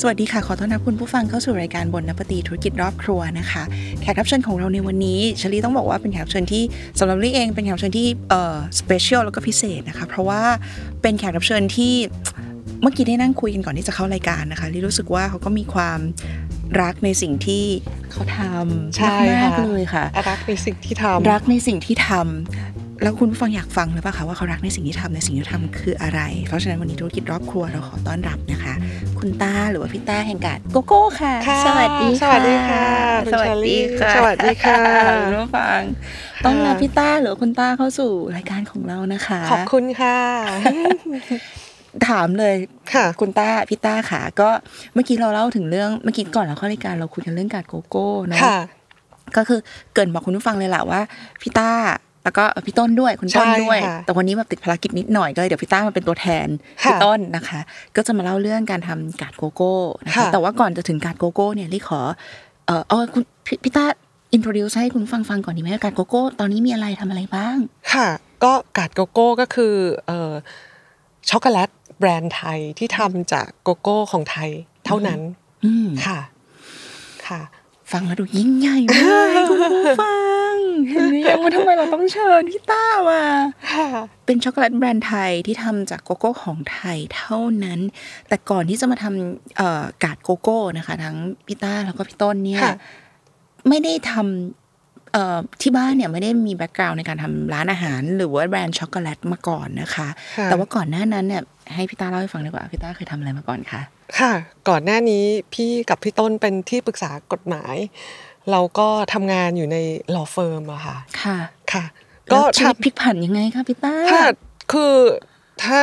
สวัสดีค่ะ ขอต้อนรับคุณผู้ฟังเข้าสู่รายการบนนปตีธุรกิจรอบครัวนะคะแขกรับเชิญของเราในวันนี้เชลีต้องบอกว่าเป็นแขกรับเชิญที่สำหรับลี่เองเป็นแขกรับเชิญที่เอ่อสเปเชียลแล้วก็พิเศษนะคะเพราะว่าเป็นแขกรับเชิญที่เมื่อกี้ได้นั่งคุยกันก่อนที่จะเข้ารายการนะคะลี่รู้สึกว่าเขาก็มีความรักในสิ่งที่เขาทำ ใช่ มาก ค่ะ ๆเลยค่ะ รักในสิ่งที่ทำ รักในสิ่งที่ทำแล้วคุณผู้ฟังอยากฟังหรือเปล่าคะว่าเขารักในสิ่งที่ทำในสิ่งที่ทำคืออะไร เพราะฉะนั้นวันนี้ธุรกิจรอบครัวเราขอต้อนรับนะคะ คุณต้าหรือว่าพี่ต้าแห่งการโกโก้ค่ะ ค่ะ สวัสดี สวัสดีค่ะคุณ สวัสดีค่ะ เชอรี่สวัสดีค่ะ คุณผู้ฟังต้อนรับพี่ต้าหรือว่าคุณต้าเข้าสู่รายการของเรานะคะ ขอบคุณค่ะ ถามเลย ค่ะ คุณต้าพี่ต้าค่ะ ก็เมื่อกี้เราเล่าถึงเรื่องเมื่อกี้ก่อนเราเข้ารายการเราคุยกันเรื่องการโกโก้เนาะ ค่ะ ก็คือเกรินบอกคุณผู้ฟังเลยแหละว่าพี่ต้าแล้วก็พี่ต้นด้วยคุณต้น ใช่ ด้วย ค่ะ แต่วันนี้แบบติดภารกิจนิดหน่อยก็เลยเดี๋ยวพี่ต้ามาเป็นตัวแทน ค่ะ พี่ต้นนะคะ ก็จะมาเล่าเรื่องการทำการดโกโก้นะคะ ค่ะ แต่ว่าก่อนจะถึงการดโกโก้เนี่ยลี่ขอเออเอาคุณพี่พี่ต้าอินโทรดิวให้คุณผู้ฟังฟังก่อนดีไหมว่าการดโกโก้ ตอนนี้มีอะไรทำอะไรบ้าง ค่ะ ก็กาดโกโก้ก็คือเอ่อช็อกโกแลตแบรนด์ไทยที่ทำจากโกโก้ของไทยเท่านั้น อืม ค่ะ ค่ะ ฟังแล้วดูยิ่งใหญ่ม ากคุณผู้ฟังเห็นไหมว่าทำไมเราต้องเชิญพี่ต้ามา ค่ะ เป็นช็อกโกแลตแบรนด์ไทยที่ทำจากโกโก้ของไทยเท่านั้น แต่ก่อนที่จะมาทำเอ่อกาดโกโก้นะคะ ทั้งพี่ต้าแล้วก็พี่ต้นเนี่ย ค่ะ ไม่ได้ทำเอ่อที่บ้านเนี่ยไม่ได้มีแบ็กกราวน์ในการทำร้านอาหาร หรือว่าแบรนด์ช็อกโกแลตมาก่อนนะคะ แต่ว่าก่อนหน้านั้นเนี่ยให้พี่ต้าเล่าให้ฟังดีกว่าพี่ต้าเคยทำอะไรมาก่อนคะ ค่ะ ก่อนหน้านี้พี่กับพี่ต้นเป็นที่ปรึกษากฎหมาย เราก็ทำงานอยู่ใน law firm อะค่ะ ค่ะ ค่ะ ก็ ก็ ชีวิต ทำ พลิกผันยังไงคะพี่ต้า ถ้าคือถ้า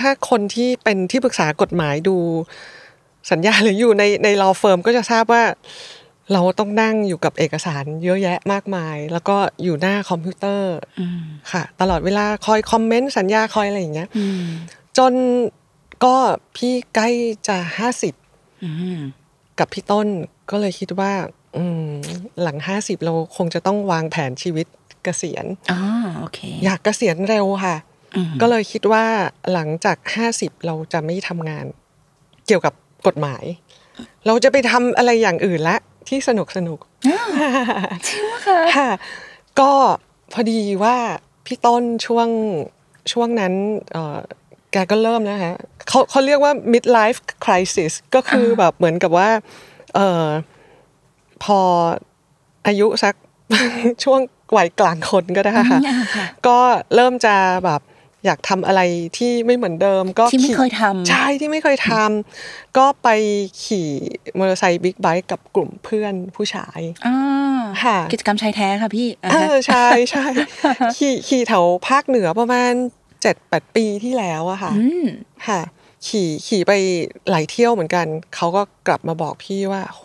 ถ้าคนที่เป็นที่ปรึกษากฎหมายดูสัญญา หรืออยู่ในในลอเฟิร์มก็จะทราบว่า เราต้องนั่งอยู่กับเอกสารเยอะแยะมากมาย แล้วก็อยู่หน้าคอมพิวเตอร์ อืม ค่ะ ตลอดเวลาคอยคอมเมนต์สัญญาคอยอะไรอย่างเงี้ย อืม จนก็พี่ใกล้จะห้าสิบ อืม กับพี่ต้นก็เลยคิดว่า อืมหลังห้าสิบเราคงจะต้องวางแผนชีวิตเกษียณ อ๋อโอเค อยากเกษียณเร็วค่ะ อืม ก็เลยคิดว่าหลังจากห้าสิบเราจะไม่ทำงาน เกี่ยวกับกฎหมาย เราจะไปทำอะไรอย่างอื่นละ ที่สนุกสนุก จริงปะคะ ค่ะ ก็พอดีว่าพี่ต้นช่วงช่วงนั้นเอ่อแกก็เริ่มแล้วฮะเขาเขาเรียกว่า midlife crisis ก็คือแบบเหมือนกับว่าเออพออายุสัก ช่วงวัยกลางคนก็ได้ค่ะ อ่าค่ะ ก็เริ่มจะแบบอยากทำอะไรที่ไม่เหมือนเดิม ก็ ที่ไม่เคยทำ ใช่ที่ไม่เคยทำก็ไปขี่มอเตอร์ไซค์บิ๊กไบค์กับกลุ่มเพื่อนผู้ชาย อ่า ค่ะ กิจกรรมชายแท้ค่ะพี่อ่า เอ ฮะ อใช่ใช่ ขี่ขี่แถวภาคเหนือประมาณเจ็ดแปดปีที่แล้วอะค่ะ อืม ค่ะ ขี่ขี่ไปหลายเที่ยวเหมือนกัน เขาก็กลับมาบอกพี่ว่า โห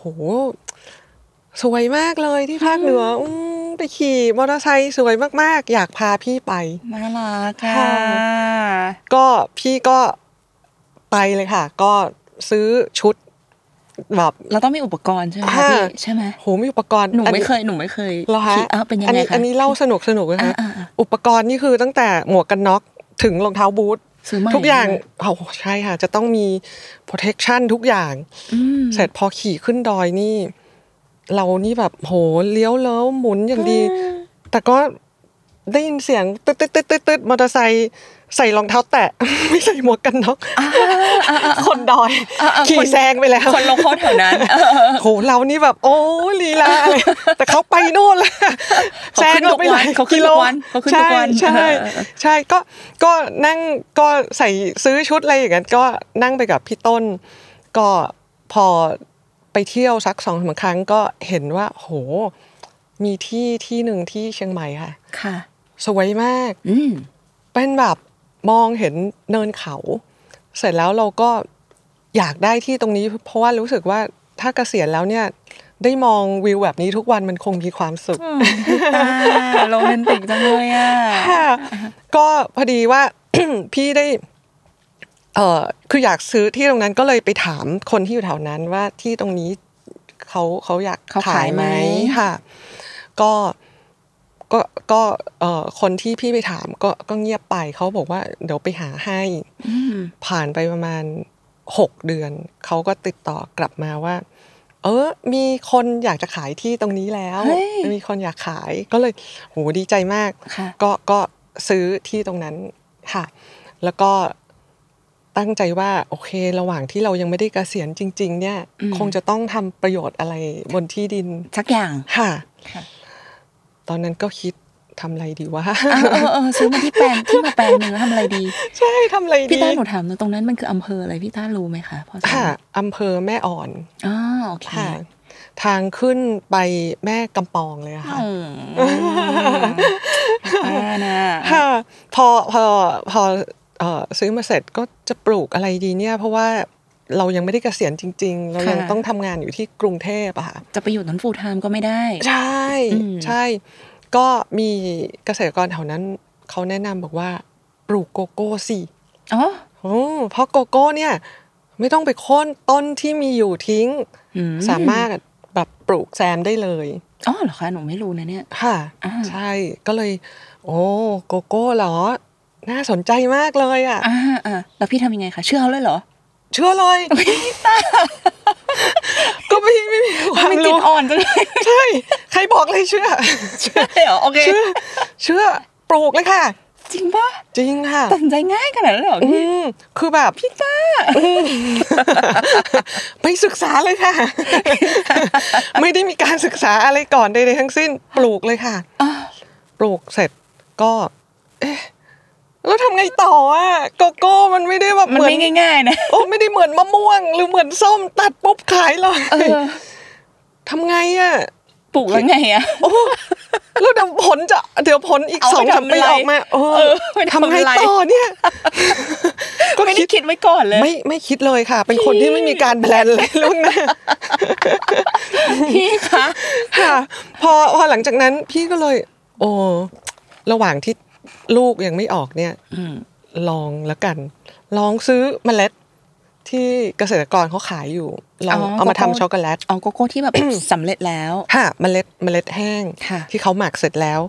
สวยมากเลยที่ภาคเหนืออืมไปขี่มอเตอร์ไซค์สวยมากๆ อยากพาพี่ไป น่ารักค่ะ ค่ะ ก็พี่ก็ไปเลยค่ะ ก็ซื้อชุดแบบ เราต้องมีอุปกรณ์ใช่ไหมคะ ค่ะ พี่ใช่ไหม โหมีอุปกรณ์ หนู อั ไม่เคยหนูไม่เคย เหรอ คิ ฮะ ดอ้าวเป็นยัง อัน ไง นี้ คะ อันนี้เล่าสนุกสนุกนะ อ่า คะ อ่าอ่า อุปกรณ์นี่คือตั้งแต่หมวกกันน็อกถึงรองเท้าบูท ซื้อใหม่ ทุกอย่างโอ้โหใช่ค่ะ จะต้องมี protection ทุกอย่าง อืม เสร็จพอขี่ขึ้นดอยนี่ เรานี่แบบโหเลี้ยวเล้วหมุนอย่างดี แต่ก็ได้ยินเสียงตึ๊ดตึ๊ดตึ๊ดตึ๊ดตึ๊ดมอเตอร์ไซค์ใส่รองเท้าแตะ ไม่ใส่หมวกกัน น็อก อ่าอ่าอ่า คนดอย อ่ะอ่ะ ขี่ คน แซงไปแล้ว คนลงโทษแถวนั้นเออเออ โหเรานี่แบบ โอ้ลีลาอะไรแต่เขาไปนู่นแล้ว เขาขึ้นทุกวันเขาขึ้นทุกวันเขาขึ้นทุกวัน ใช่ เอ ใช่ อเออเออ ใช่ก็ก็นั่งก็ใส่ซื้อชุดอะไรอย่างนั้นก็นั่งไปกับพี่ต้น ก็พอไปเที่ยวสักสองสามครั้งก็เห็นว่า โห มีที่ที่หนึ่งที่เชียงใหม่ค่ะ ค่ะ สวยมาก อืม เป็นแบบมองเห็นเนินเขา เสร็จแล้วเราก็อยากได้ที่ตรงนี้ เพราะว่ารู้สึกว่าถ้าเกษียณแล้วเนี่ย ได้มองวิวแบบนี้ทุกวันมันคงมีความสุข อืมตาโรแมนติกจังเลยอ่ะ ค่ะก็พอดีว่า พี่ได้ เออคืออยากซื้อที่ตรงนั้นก็เลยไปถามคนที่อยู่แถวนั้นว่าที่ตรงนี้เขาเขาอยาก เขาขาย ขายไหม ไหม ค่ะ ก็ก็ก็เอ่อคนที่พี่ไปถามก็ก็เงียบไปเขาบอกว่าเดี๋ยวไปหาให้ อืม ผ่านไปประมาณหกเดือน เขาก็ติดต่อกลับมาว่า เออ มีคนอยากจะขายที่ตรงนี้แล้ว เฮ้ย มีคนอยากขายก็เลยโหดีใจมาก ค่ะ ก็ก็ซื้อที่ตรงนั้นค่ะ แล้วก็ตั้งใจว่าโอเค ระหว่างที่เรายังไม่ได้เกษียณจริง ๆ เนี่ย อืม คงจะต้องทำประโยชน์อะไรบนที่ดิน สักอย่าง ค่ะ ค่ะ ตอนนั้นก็คิดทำอะไรดี วะ เออเออเออซื้อมาที่แปลงที่มาแปลงหนึ่งแล้วทำอะไรดี ใช่ทำอะไรดี พี่ต้าหนูถามหน่อยตรงนั้นมันคืออำเภออะไรพี่ต้ารู้ไหมคะพอทราบ ค่ะอำเภอแม่อ่อน อ๋อโอเค ค่ะทางขึ้นไปแม่กำปองเลยอะค่ะ อืมอ่านะ ค่ะพอพอพอเอ่อซื้อมาเสร็จก็จะปลูกอะไรดีเนี่ย เพราะว่าเรายังไม่ได้เกษียณจริง ๆ เรายังต้องทำงานอยู่ที่กรุงเทพอะค่ะ จะไปอยู่นนฟูลไทม์ก็ไม่ได้ ใช่ อืม ใช่ ก็มีเกษตรกรแถวนั้นเขาแนะนำบอกว่าปลูกโกโก้สิ อ๋อ โอ้เพราะโกโก้เนี่ยไม่ต้องไปโค่นต้นที่มีอยู่ทิ้ง อื สามารถแบบปลูกแซมได้เลย อ๋อเหรอคะหนูไม่รู้นะเนี่ย ค่ะ อ่า ใช่ก็เลย โอ้โกโก้เหรอ น่าสนใจมากเลยอ่ะ อ่าอ่าแล้วพี่ทำยังไงคะเชื่อเขาเลยเหรอ เชื่อเลย ก็ไม่ไม่มีความ ไม่จิต รู้ อ่อนจังเลย ใช่ ใครบอกเลยเชื่อ เชื่อ เหรอโอเค เชื่อเชื่อปลูกเลยค่ะ จริงปะ จริงค่ะ ตัดสินใจง่ายขนาดนั้นเหรอ อืมคือแบบพี่จ้าไปศึกษาเลยค่ะ ไม่ได้มีการศึกษาอะไรก่อนใดๆทั้งสิ้น ปลูกเลยค่ะ อ๋อ ปลูกเสร็จก็ เอ๊ะแล้วทำไงต่ออ่ะโกโก้มันไม่ได้แบบ มัน เหมือน ไม่ง่าย ๆ นะ โอ้ไม่ได้เหมือนมะม่วง หรือเหมือนส้มตัดปุ๊บขายเลย เออ ทำไงอ่ะ ปลูกแล้วไงอะ โอ้แล้วเดี๋ยวผลจะเดี๋ยวผลอีก เอาไป สองสาม ทำ ปี อะไร ออกมาเอ เอ อ อไปทำ ทำไง อะไร ต่อเนี่ย ก็ ไม่ได้ คิด คิดไว้ก่อนเลย ไม่ไม่คิดเลยค่ะ เป็นคนที่ไม่มีการแพลนเลยล่วง หน้า พี่คะ ค่ะพอพอหลังจากนั้นพี่ก็เลย โอ้ระหว่างที่ลูกยังไม่ออกเนี่ย อืม ลองแล้วกัน ลองซื้อเมล็ดที่เกษตรกรเขาขายอยู่ ลอง อ๋อ เอามาทำ โกโก้ ช็อกโกแลต เอาโกโก้ที่แบบ สำเร็จแล้ว ค่ะ เมล็ดเมล็ดแห้ง ค่ะ ที่เขาหมักเสร็จแล้ว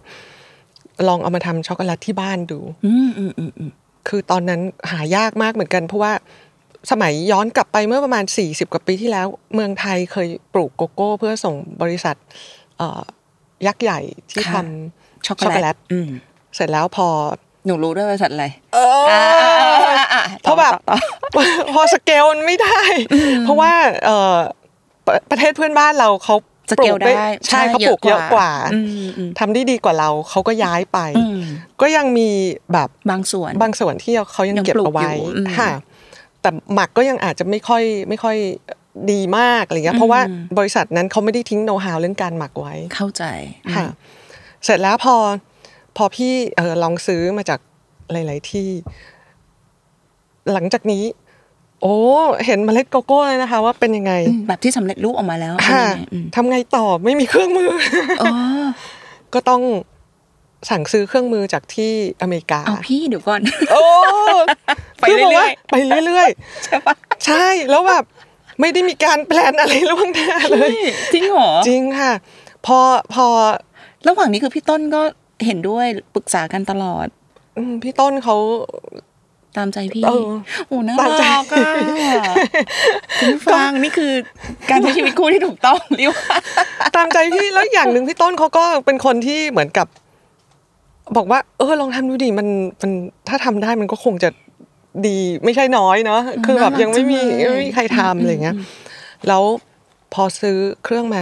ลองเอามาทำช็อกโกแลตที่บ้านดู อืมอืมอืมอืม คือตอนนั้นหายากมากเหมือนกัน เพราะว่าสมัยย้อนกลับไปเมื่อประมาณ 40 กว่าปีที่แล้ว เมืองไทยเคยปลูกโกโก้ เพื่อส่งบริษัทเอ่อยักษ์ใหญ่ที่ทำ ช็อกโก ช็อกโก แล แล ต ต อืม เสร็จแล้วพอ หนูรู้ด้วยบริษัทอะไร เออ อ่ๆๆๆ เพราะแบบ ต่อ พอสเกลมันไม่ได้ เพราะว่าเอ่อประประเทศเพื่อนบ้านเราเขา สเกล ป ได้ ใช่ ใช่ เขาปลูก เย เย อะ อะ ก ก ว่า ว่า อืมอืม ทำได้ดีกว่าเราเขาก็ย้ายไป อืม ก็ยังมีแบบ บางส่วน บางส่วนที่เขายัง ยัง เก็บ ปลูก เอาไว้ อยู่อืม ค่ะ แต่หมักก็ยังอาจจะไม่ค่อยไม่ค่อยดีมากอะไรเงี้ยเพราะว่า อืม บริษัทนั้นเขาไม่ได้ทิ้งโน้ตฮาวเรื่องการหมักไว้ เข้าใจ ค่ะเสร็จแล้วพอพอพี่เออลองซื้อมาจากหลาย ๆ ที่ หลังจากนี้ โอ้เห็นเมล็ดโกโก้เลยนะคะ ว่าเป็นยังไง อืมแบบที่สำเร็จรูปออกมาแล้วเป็นยัค่ะงไงอืม ทำไงต่อไม่มีเครื่อง มือ อ๋อ ก็ต้องสั่งซื้อเครื่องมือจากที่อเมริกา เอาพี่เดี๋ยวก่อน โอ้ ไปเรื่อยๆ คืบกว่าไปเรื่อย ใช่ปะ ๆ ใช่แล้วแบบไม่ได้มีการแพลนอะไรล่วงหน้าเลย พี่จริงเหรอ จริงค่ะ พอพอ ระหว่างนี้คือพี่ต้นก็เห็นด้วยปรึกษากันตลอด อืมพี่ต้นเขา ตามใจพี่ เออ โอ้น่า ตามใจ รักอ่ะคุณผู้ฟังนี่คือการใช้ชีวิตคู่ที่ถูกต้องเรียกว่า ตามใจพี่แล้วอย่างหนึ่งพี่ต้นเขาก็เป็นคนที่เหมือนกับ บอกว่า เออลองทำดูดิมันมันถ้าทำได้มันก็คงจะดีไม่ใช่น้อยเนาะคือแบบยังไม่มี น่ารักจังเลย ไม่มีใครทำอะไรเงี้ยแล้วพอซื้อเครื่องมา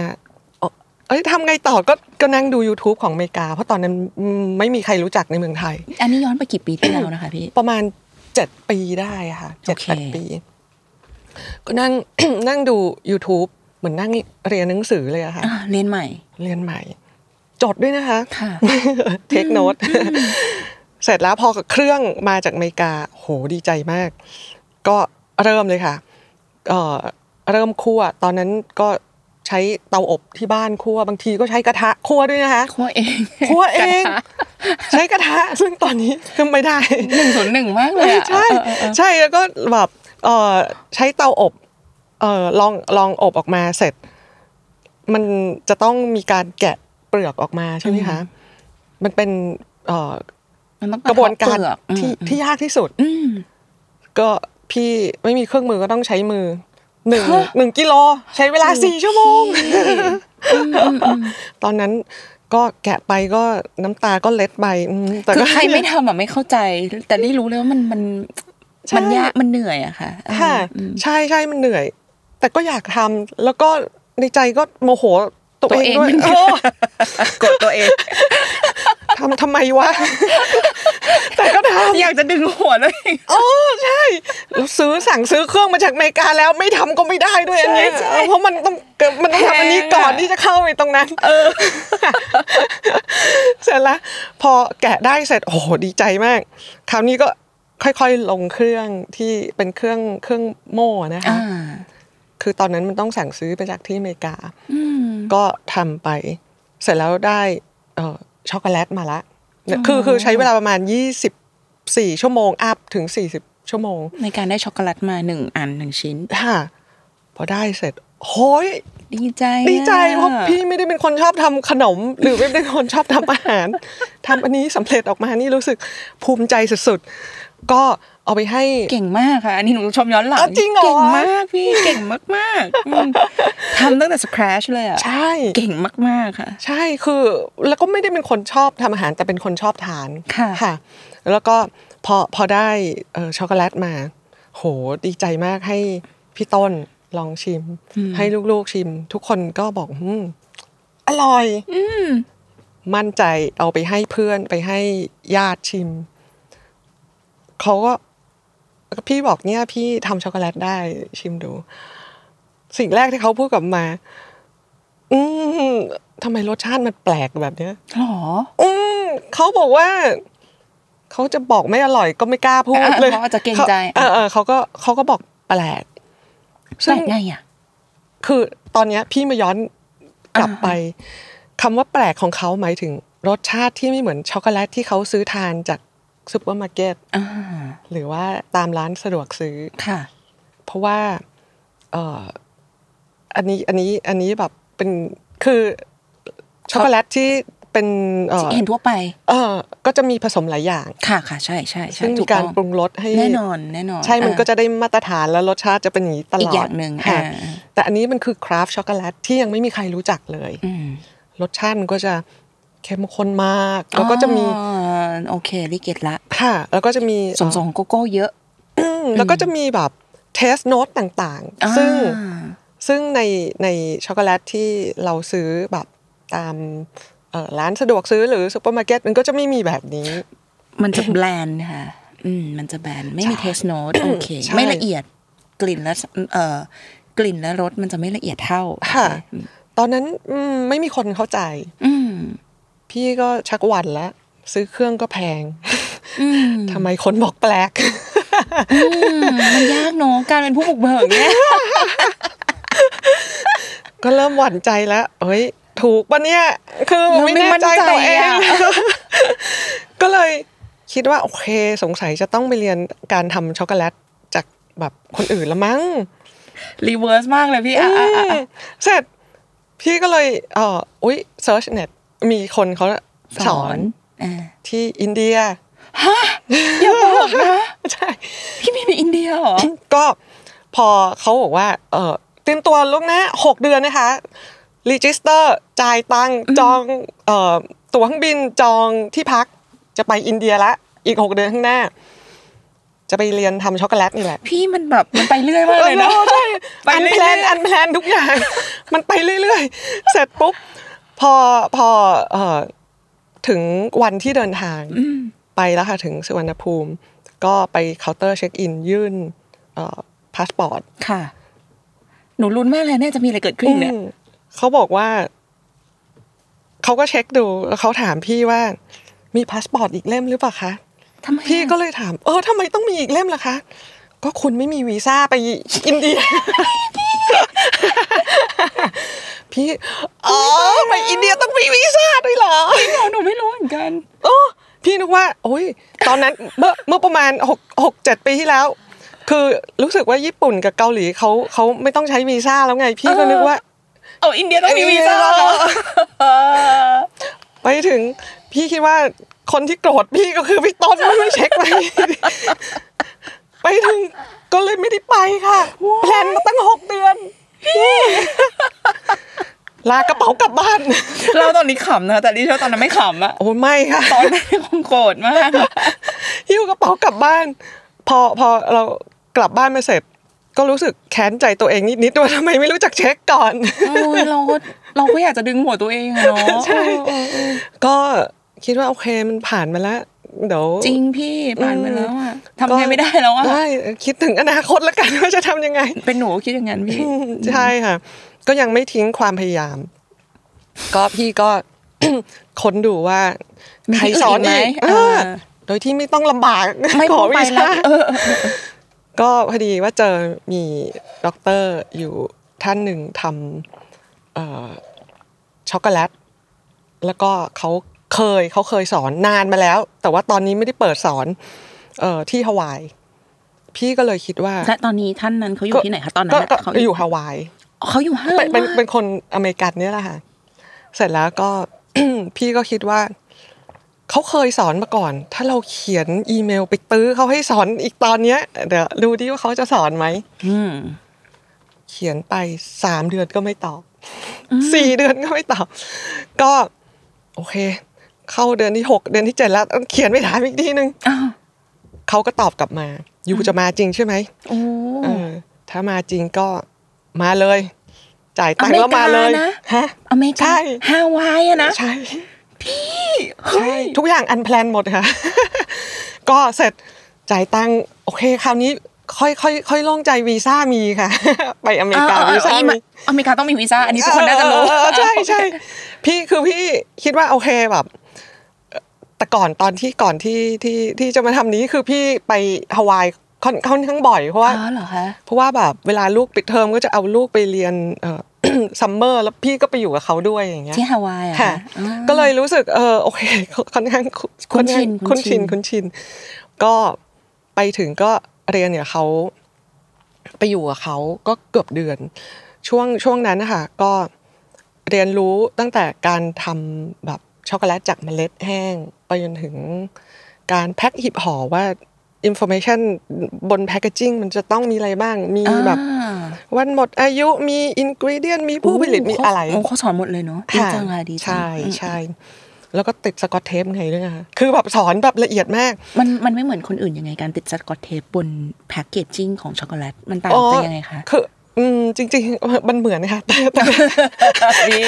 เอ่อเอ้ยทำไงต่อก็ก็นั่งดู YouTube ของอเมริกา เพราะตอนนั้นอืมไม่มีใครรู้จักในเมืองไทย อันนี้ย้อนไปกี่ปีที่แล้วนะคะพี่ ประมาณเจ็ดปีได้อะค่ะเจ็ด โอเค แปดปี ก็นั่ง นั่งดู YouTube เหมือนนั่งเรียนหนังสือเลยอะค่ะ อ่ะเรียนใหม่ เรียนใหม่ จดด้วยนะคะ ค่ะ เทคโนตเสร็จแล้วพอเครื่องมาจากอเมริกา โหดีใจมาก ก็เริ่มเลยค่ะเอ่อเริ่มคั่วตอนนั้นก็ใ ช้เตาอบที่บ้านคั่วบางทีก็ใช้กระทะคั่วด้วยนะคะ คั่วเอง คั่วเองใช้กระทะซึ่งตอนนี้ก็ไม่ได้ หนึ่งศูนย์หนึ่งมากเลยอะ ใช่ เออเออเออ ใช่แล้วก็แบบเออใช้เตาอบเออลองลองอบออกมาเสร็จ มันจะต้องมีการแกะเปลือกออกมาใช่ไหมคะ มันเป็นเอ่อ มันต้อง กระบวนการ เทเปลือ ที่ อืม ที่ยากที่สุด อืม ก็พี่ไม่มีเครื่องมือก็ต้องใช้มือหนึ่งหนึ่งกิโลใช้เวลาสี่ชั่วโมง ตอนนั้นก็แกะไปก็น้ำตาก็เล็ดไปอืมแต่ คือ ก็ ใครไม่ทำอ่ะไม่เข้าใจ แต่นี่รู้เลยว่ามันมัน ใช่ มันยากมันเหนื่อยอะค่ะเออ ค่ะ อืม ใช่ใช่มันเหนื่อย แต่ก็อยากทำแล้วก็ในใจก็โมโหตัว ตัว เองด้วย เองมัน เออก ดตัวเอง ทำทำไมวะ แต่ก็ท อยากจะดึงหัวเลย ำโอ้ใช่แล้วซื้อสั่งซื้อเครื่องมาจากอเมริกาแล้วไม่ทำก็ไม่ได้ด้วยอันเนี้ย ใช่ใช่ เออเพราะมันต้องเกิดมันต้องทำอันนี้ก่อน แพงอะ ที่จะเข้าไปตรงนั้น เออ เสร็จแล้วพอแกะได้เสร็จโอ้โหดีใจมาก คราวนี้ก็ค่อยๆลงเครื่องที่เป็นเครื่องเครื่องโม่นะคะ อ่า คือตอนนั้นมันต้องสั่งซื้อไปจากที่อเมริกา อืม ก็ทำไป เสร็จแล้วได้เอ่อช็อกโกแลตมาละคือคือใช้เวลาประมาณ 24 ชั่วโมงอัพถึง 40 ชั่วโมง ในการได้ช็อกโกแลตมาหนึ่งอันหนึ่งชิ้น ค่ะพอได้เสร็จโฮ้ย ดีใจอะ ดีใจเพราะพี่ไม่ได้เป็นคนชอบทำขนม หรือไม่ได้เป็นคนชอบทำอาหาร ทำอันนี้สำเร็จออกมานี่รู้สึกภูมิใจสุดๆ ก็เอาไปให้ เก่งมากค่ะ อันนี้หนูชมย้อนหลัง อ๋อจริงเหรอ เก่งมากพี่เก่งมากๆอืมทำตั้งแต่สครัชเลยอะ ใช่ เก่งมากๆค่ะ ใช่คือแล้วก็ไม่ได้เป็นคนชอบทำอาหารแต่เป็นคนชอบทาน ค่ะ แล้วก็พอพอได้เอ่อช็อกโกแลตมา โหดีใจมากให้พี่ต้นลองชิม ให้ลูกๆชิม ทุกคนก็บอกอืมอร่อยมั่นใจเอาไปให้เพื่อนไปให้ญาติชิมเขาก็พี่บอกเนี่ย พี่ทำช็อกโกแลตได้ชิมดู สิ่งแรกที่เขาพูดกลับมา อืมทำไมรสชาติมันแปลกแบบเนี้ย หรอ อืมเขาบอกว่า เขาจะบอกไม่อร่อยก็ไม่กล้าพูดเลย เขาอาจจะเกรงใจ เออเออเขาก็เขาก็บอกแปลก แปลกไงอะ คือตอนเนี้ยพี่มาย้อนกลับไปคำว่าแปลกของเขาหมายถึง รสชาติที่ไม่เหมือนช็อกโกแลตที่เขาซื้อทานจากซูเปอร์มาร์เก็ต อ่า หรือว่าตามร้านสะดวกซื้อ ค่ะ เพราะว่าเอ่ออันนี้อันนี้อันนี้แบบเป็นคือช็อกโกแลตที่เป็นเอ่อ เห็นทั่วไป เออก็จะมีผสมหลายอย่าง ค่ะค่ะใช่ใช่ใช่ ซึ่ง ถูกมีต้การ อง ปรุงรสให้ แน่นอนแน่นอน ใช่มัน อ่า ก็จะได้มาตรฐานแล้วรสชาติจะเป็นอย่างนี้ตลอด อีกอย่างหนึ่ง ค่ะ อ่า แต่อันนี้มันคือคราฟช็อกโกแลตที่ยังไม่มีใครรู้จักเลย อืม รสชาติมันก็จะเข้มข้นมาก แล้วก็จะมี อ๋อโอเคลิเกตละ ค่ะ แล้วก็จะมี สมสองโกโก้เยอะ อืมแล้วก็จะมีแบบเทสโน t e ต่าง อ่า ๆ ซึ่ ง ซึ่งในในช็อกโกแลตที่เราซื้อแบบตามเอ่อร้านสะดวกซื้อหรือซูเปอร์มาร์เก็ตมันก็จะไม่มีแบบนี้ มันจะแบรนด์ค่ะ อืมมันจะแบรนด์ไม่มีเทสโนตโอเค ใช่ ไม่ละเอียดกลิ่นและเอ่อกลิ่นและรสมันจะไม่ละเอียดเท่า ค่ะ โอเ ตอนนั้นอืมไม่มีคนเข้าใจ อืม พี่ก็ชักหวันแล้ว ซื้อเครื่องก็แพง อืม ทำไมคนบอกแปลก อืมมันยากเนอะการเป็นผู้บุกเบิกเนี่ย ก็เริ่มหวั่นใจแล้วเฮ้ย ถูกปะเนี่ย คือ เราไม่ ไม่แน่ใจ มั่นใจ ตัวเอง อะ ก็เลยคิดว่า โอเค สงสัยจะต้องไปเรียนการทำช็อกโกแลตจากแบบคนอื่นละมั้ง รีเวิร์สมากเลยพี่อ่ะอ่ะอ่ะ อืมเสร็จพี่ก็เลยเอ่ออุ้ยเซิร์ชเน็ตมีคนเขาสอน อ่า ที่อินเดีย อย่าบอกนะ ใช่ พี่มีไปอินเดียเหรอ ก็พอเขาบอกว่าเออเตรียมตัวล่วงหน้าหกเดือนนะคะรีจิสเตอร์จ่ายตังค์จองเอ่อตั๋วเครื่องบินจองที่พักจะไปอินเดียละอีกหกเดือนข้างหน้า จะไปเรียนทำช็อกโกแลตนี่แหละ พี่มันแบบมันไปเรื่อยมากเลยนะ ออใช่ ไป อัน เรื่ แพล อย น ๆ อันแพลนทุกอย่าง มันไปเรื่อยๆ เสร็จปุ๊บ พอพอเอ่อถึงวันที่เดินทางไปแล้วค่ะ ถึงสุวรรณภูมิ ก็ไปเคาน์เตอร์เช็คอิน ยื่นเอ่อพาสปอร์ต ค่ะ หนูรุนมากเลยเนี่ยจะมีอะไรเกิดขึ้นเนี่ย อืมเขาบอกว่า เขาก็เช็คดูแล้วเขาถามพี่ว่า มีพาสปอร์ตอีกเล่มหรือเปล่าคะ ทำไม พี่ก็เลยถาม เออทำไมต้องมีอีกเล่มล่ะคะ ก็ คุณไม่มีวีซ่าไปอินเดีย พี่อ๋อไปอินเดียต้องมีวีซ่าด้วยเหรอ หนูไม่รู้เหมือนกัน โอ้พี่นึกว่าโอ้ยตอนนั้นเมื่อเมื่อประมาณหกหกเจ็ดปีที่แล้ว คือรู้สึกว่าญี่ปุ่นกับเกาหลีเขาเขาไม่ต้องใช้วีซ่าแล้วไง พี่ก็นึกว่า เอาอินเดียต้องมีวีซ่าเหรอ ไปถึงพี่คิดว่าคนที่โกรธพี่ก็คือพี่ต้นไม่เช็คไป ไปถึงก็เลยไม่ได้ไปค่ะแพลนมาตั้งหกเดือนลากระเป๋ากลับบ้าน เราตอนนี้ขำนะ แต่ดิฉันตอนนั้นไม่ขำอะ โอ้ไม่ค่ะ ตอนนั้นคงโกรธมาก หิ้วกระเป๋ากลับบ้าน พอพอเรากลับบ้านมาเสร็จ ก็รู้สึกแค้นใจตัวเองนิดๆว่าทำไมไม่รู้จักเช็คก่อน โอ้ยเราก็เราก็อยากจะดึงหัวตัวเองอะเนาะ ใช่ ก็คิดว่าโอเคมันผ่านมาแล้วเดี๋ยว จริงพี่ผ่านไปแล้วอะทำไง ก็ ไม่ได้แล้วอะ ได้คิดถึงอนาคตแล้วกันว่าจะทำยังไง เป็นหนูคิดอย่างนั้นพี่ ใช่ค่ะ ก็ยังไม่ทิ้งความพยายาม ก็พี่ก็ ค้นดูว่า มี ใคร ที่ สอน อื่นไหม อีกเอ เอ อ อ โดยที่ไม่ต้องลำบาก ไม่ ข ต้ อ องไป วี แล้ ซ่า วเออ ก็พอดีว่าเจอมีด็อกเตอร์อยู่ท่านหนึ่งทำเอ่อช็อกโกแลต แล้วก็เขาเคยเขาเคยสอนนานมาแล้ว แต่ว่าตอนนี้ไม่ได้เปิดสอนเอ่อที่ฮาวาย พี่ก็เลยคิดว่า และตอนนี้ท่านนั้นเขาอยู่ที่ไหนคะตอนนั้ ก็ น ก็ อะเขา อยู่ฮาวาย เขาอยู่ห้าง เป็นเป็นเป็นคนอเมริกันเนี่ยแหละค่ะ เสร็จแล้วก็ พี่ก็คิดว่า เขาเคยสอนมาก่อน ถ้าเราเขียนอีเมลไปตื้อเขาให้สอนอีกตอนเนี้ยเดี๋ยวดูดิว่าเขาจะสอนไหม อืม เขียนไปสามเดือนก็ไม่ตอบสี่เดือนก็ไม่ตอบ ก็ โอเค เข้าเดือนที่หกเดือนที่เจ็ดแล้วเขียนไปถามอีกทีนึง อ้าว เขาก็ตอบกลับมาอยู่จะมาจริงใช่ไหม โอ้ เออ ถ้ามาจริงก็มาเลย จ่ายตังค์แล้วมาเลย อเมริกานะ ฮะ อเมริ ใช่ กาฮาวายอะนะ ใช่ เฮ้ ใช่ ย ทุกอย่างอันแพลนหมดค่ะ ก็เสร็จจ่ายตังค์โอเค คราวนี้ค่อยค่อยค่อยโล่งใจวีซ่ามีค่ะ ไปอเมริกา เออเออวีเออ ซ่า อันนี้มันอมีเมริกาต้องมีวีซ่าอันนี้ทุกคนน่าจะรู้ เออเออเออใช่ใช่พี่คือพี่คิดว่าโอเคแบบเอ่อแต่ก่อนตอนที่ก่อนที่ที่ที่จะมาทำนี้คือพี่ไปฮาวายค่อนค่อนข้างบ่อยเพราะว่า อ๋อเหรอคะ เพราะว่าแบบเวลาลูกปิดเทอมก็จะเอาลูกไปเรียนเอ่อ ซัมเมอร์แล้วพี่ก็ไปอยู่กับเขาด้วยอย่างเงี้ย ที่ฮาวายอะ ค่ะ อ๋อ ก็เลยรู้สึกเออโอเค ค่อนข้าง คุ้นชิน ค่อข้างคุ้นชิน คุ้ คุ้ น น ชิ ชิน น ก็ไปถึงก็เรียนเนี่ยเขาไปอยู่กับเขาก็เกือบเดือน ช่วงช่วงนั้นนะคะก็เรียนรู้ตั้งแต่การทำแบบช็อกโกแลตจากเมล็ดแห้ง ไปจนถึงการแพ็คหีบห่อว่าอินโฟ a t ชันบนแพ c เกจิ้งมันจะต้องมีอะไรบ้างมี อ่า แบบวันหมดอายุมีอินกรีเดียนมีผู้ผลิตมีอะไร โเขาสอนหมดเลยเนาะดีจังอะดีจัง ใช่ใช่แล้วก็ติดสกอตเทปไงด้วยนะคะคือแบบสอนแบบละเอียดมาก มันมันไม่เหมือนคนอื่นยังไงการติดสกอตเทปบนแพคเกจจิ้งของช็อกโกแลตมันต่าง อ๋อ กันยังไงคะ คืออืมจริงๆ มันเหมือนนะคะแต่แต่ ดี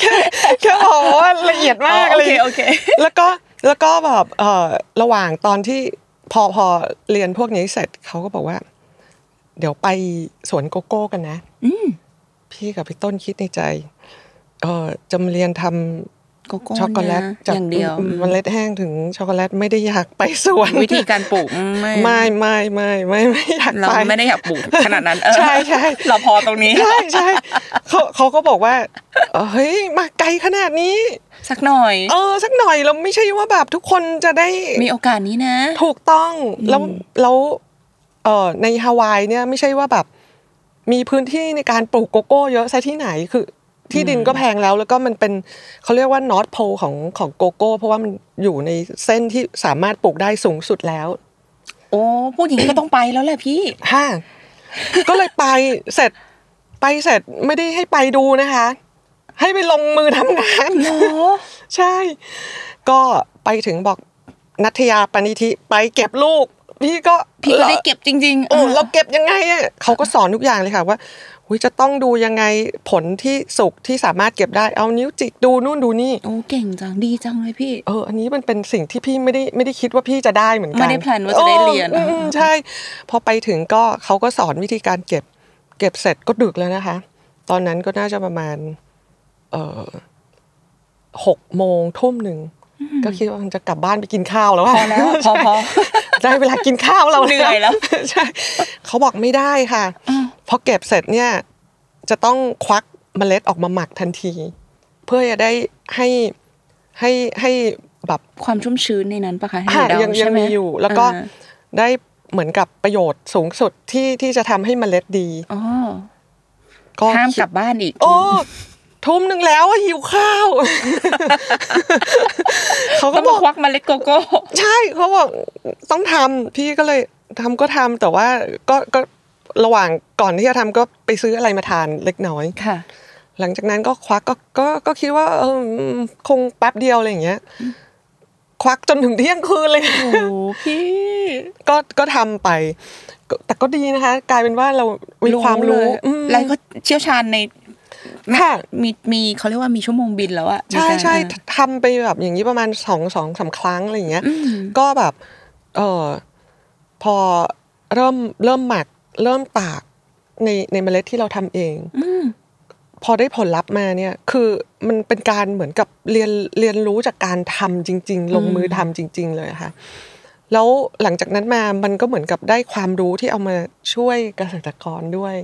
แค่แค่บอกว่าละเอียดมาก โอ อะไรอ เค ย่าง โอ เงี้ย เค แล้วก็แล้วก็แบบเอ่อระหว่างตอนที่พอพอเรียนพวกนี้เสร็จเขาก็บอกว่า เดี๋ยวไปสวนโกโก้กันนะ อืม พี่กับพี่ต้นคิดในใจ เออจำเรียนทำ โกโก้ ช็อกโกแลต นะ จาก อย่างเดียว เมล็ดแห้งถึงช็อกโกแลตไม่ได้อยากไปสวน วิธีการปลูกไม่ ไม่ไม่ไม่ไม่ ไม่อยาก เรา ไป ไม่ได้อยากปลูกขนาดนั้นเออ ใช่ใช่ เราพอตรงนี้ ใช่ใช่เขาเขาก็บอกว่าเอ่อเฮ้ยมาไกลขนาดนี้ สักหน่อย เออสักหน่อยเราไม่ใช่ว่าแบบทุกคนจะได้ มีโอกาสนี้นะ ถูกต้องแล้วแล้วเออในฮาวายเนี่ยไม่ใช่ว่าแบบมีพื้นที่ในการปลูกโกโก้เยอะซะที่ไหนคือที่ดินก็แพงแล้วแล้วก็มันเป็นเขาเรียกว่านอตโพของของโกโก้ เพราะว่ามันอยู่ในเส้นที่สามารถปลูกได้สูงสุดแล้ว โอ้พูดอย่างนี้ก็ต้องไปแล้วแหละพี่ ห้า ก็เลยไปเสร็จไปเสร็จไม่ได้ให้ไปดูนะคะ ให้ไปลงมือทำงาน ใช่ ก็ไปถึงบอกนัทยาปณิธิไปเก็บลูก พี่ก็ พี่ก็ได้เก็บจริงๆ โอ้เราเก็บยังไงอะเขาก็สอนทุกอย่างเลยค่ะว่าอุ๊ยจะต้องดูยังไงผลที่สุกที่สามารถเก็บได้เอานิ้วจิกดูนู่นดูนี่ โอ้เก่งจังดีจังเลยพี่ เออ อันนี้มันเป็นสิ่งที่พี่ไม่ได้ไม่ได้คิดว่าพี่จะได้เหมือนกัน ไม่ได้แพลนว่าจะได้เรียน อออืมใช่ พอไปถึงก็เขาก็สอนวิธีการเก็บ เก็บเสร็จก็ดึกแล้วนะคะ ตอนนั้นก็น่าจะประมาณ เออหกโมงทุ่มหนึ่ง ก็คิดว่ามันจะกลับบ้านไปกินข้าวแล้วะ พอแล้วพอ ใช่ พอ ได้เวลากินข้าวเรา เหนื่อยแล้ว ใช่เขาบอกไม่ได้ค่ะ พอเก็บเสร็จเนี่ย จะต้องควัก เมล็ดออกมาหมักทันที เพื่อจะได้ให้ให้ให้แบบ ความชุ่มชื้นในนั้นปะคะให้ ค่ะ เดา ยังยั ใช่ ง ไหม มีอยู่ แล้วก็ อ่า ได้เหมือนกับประโยชน์สูงสุดที่ที่จะทำให้เมล็ดดี อ๋อ ก็ ห้ามกลับบ้านอีก โอ้ทุ่มหนึ่งแล้วอะหิวข้าว เขา ต้องก็บ มา อก ควักเมล็ดโกโก้ ใช่เขาบอกต้องทำพี่ก็เลยทำก็ทำแต่ว่าก็ก็ระหว่างก่อนที่จะทำก็ไปซื้ออะไรมาทานเล็กน้อย ค่ะ หลังจากนั้นก็ควักก็ก็ก็คิดว่าเอออืมคงแป๊บเดียวอะไรอย่างเงี้ย ควักจนถึงเที่ยงคืนเลย โอ้โหพี่ ก็ก็ทำไปก็แต่ก็ดีนะคะ กลายเป็นว่าเรามีความรู้ เลย อืม แล้วก็เชี่ยวชาญใน ค่ะ มีมีเขาเรียกว่ามีชั่วโมงบินแล้วอะน ใช่ การ ใช่ อ่า ทำไปแบบอย่างนี้ประมาณสองสองสามครั้งอะไรอย่างเงี้ย อืม ก็แบบ เออพอเริ่มเริ่มหมัก เริ่มตากในในเมล็ดที่เราทำเอง อืม พอได้ผลลัพธ์มาเนี่ย คือมันเป็นการเหมือนกับเรียนเรียนรู้จากการทำจริง ๆ ลงมือทำจริง ๆ เลยอะค่ะ แล้วหลังจากนั้นมามันก็เหมือนกับได้ความรู้ที่เอามาช่วยเกษตรกรด้วย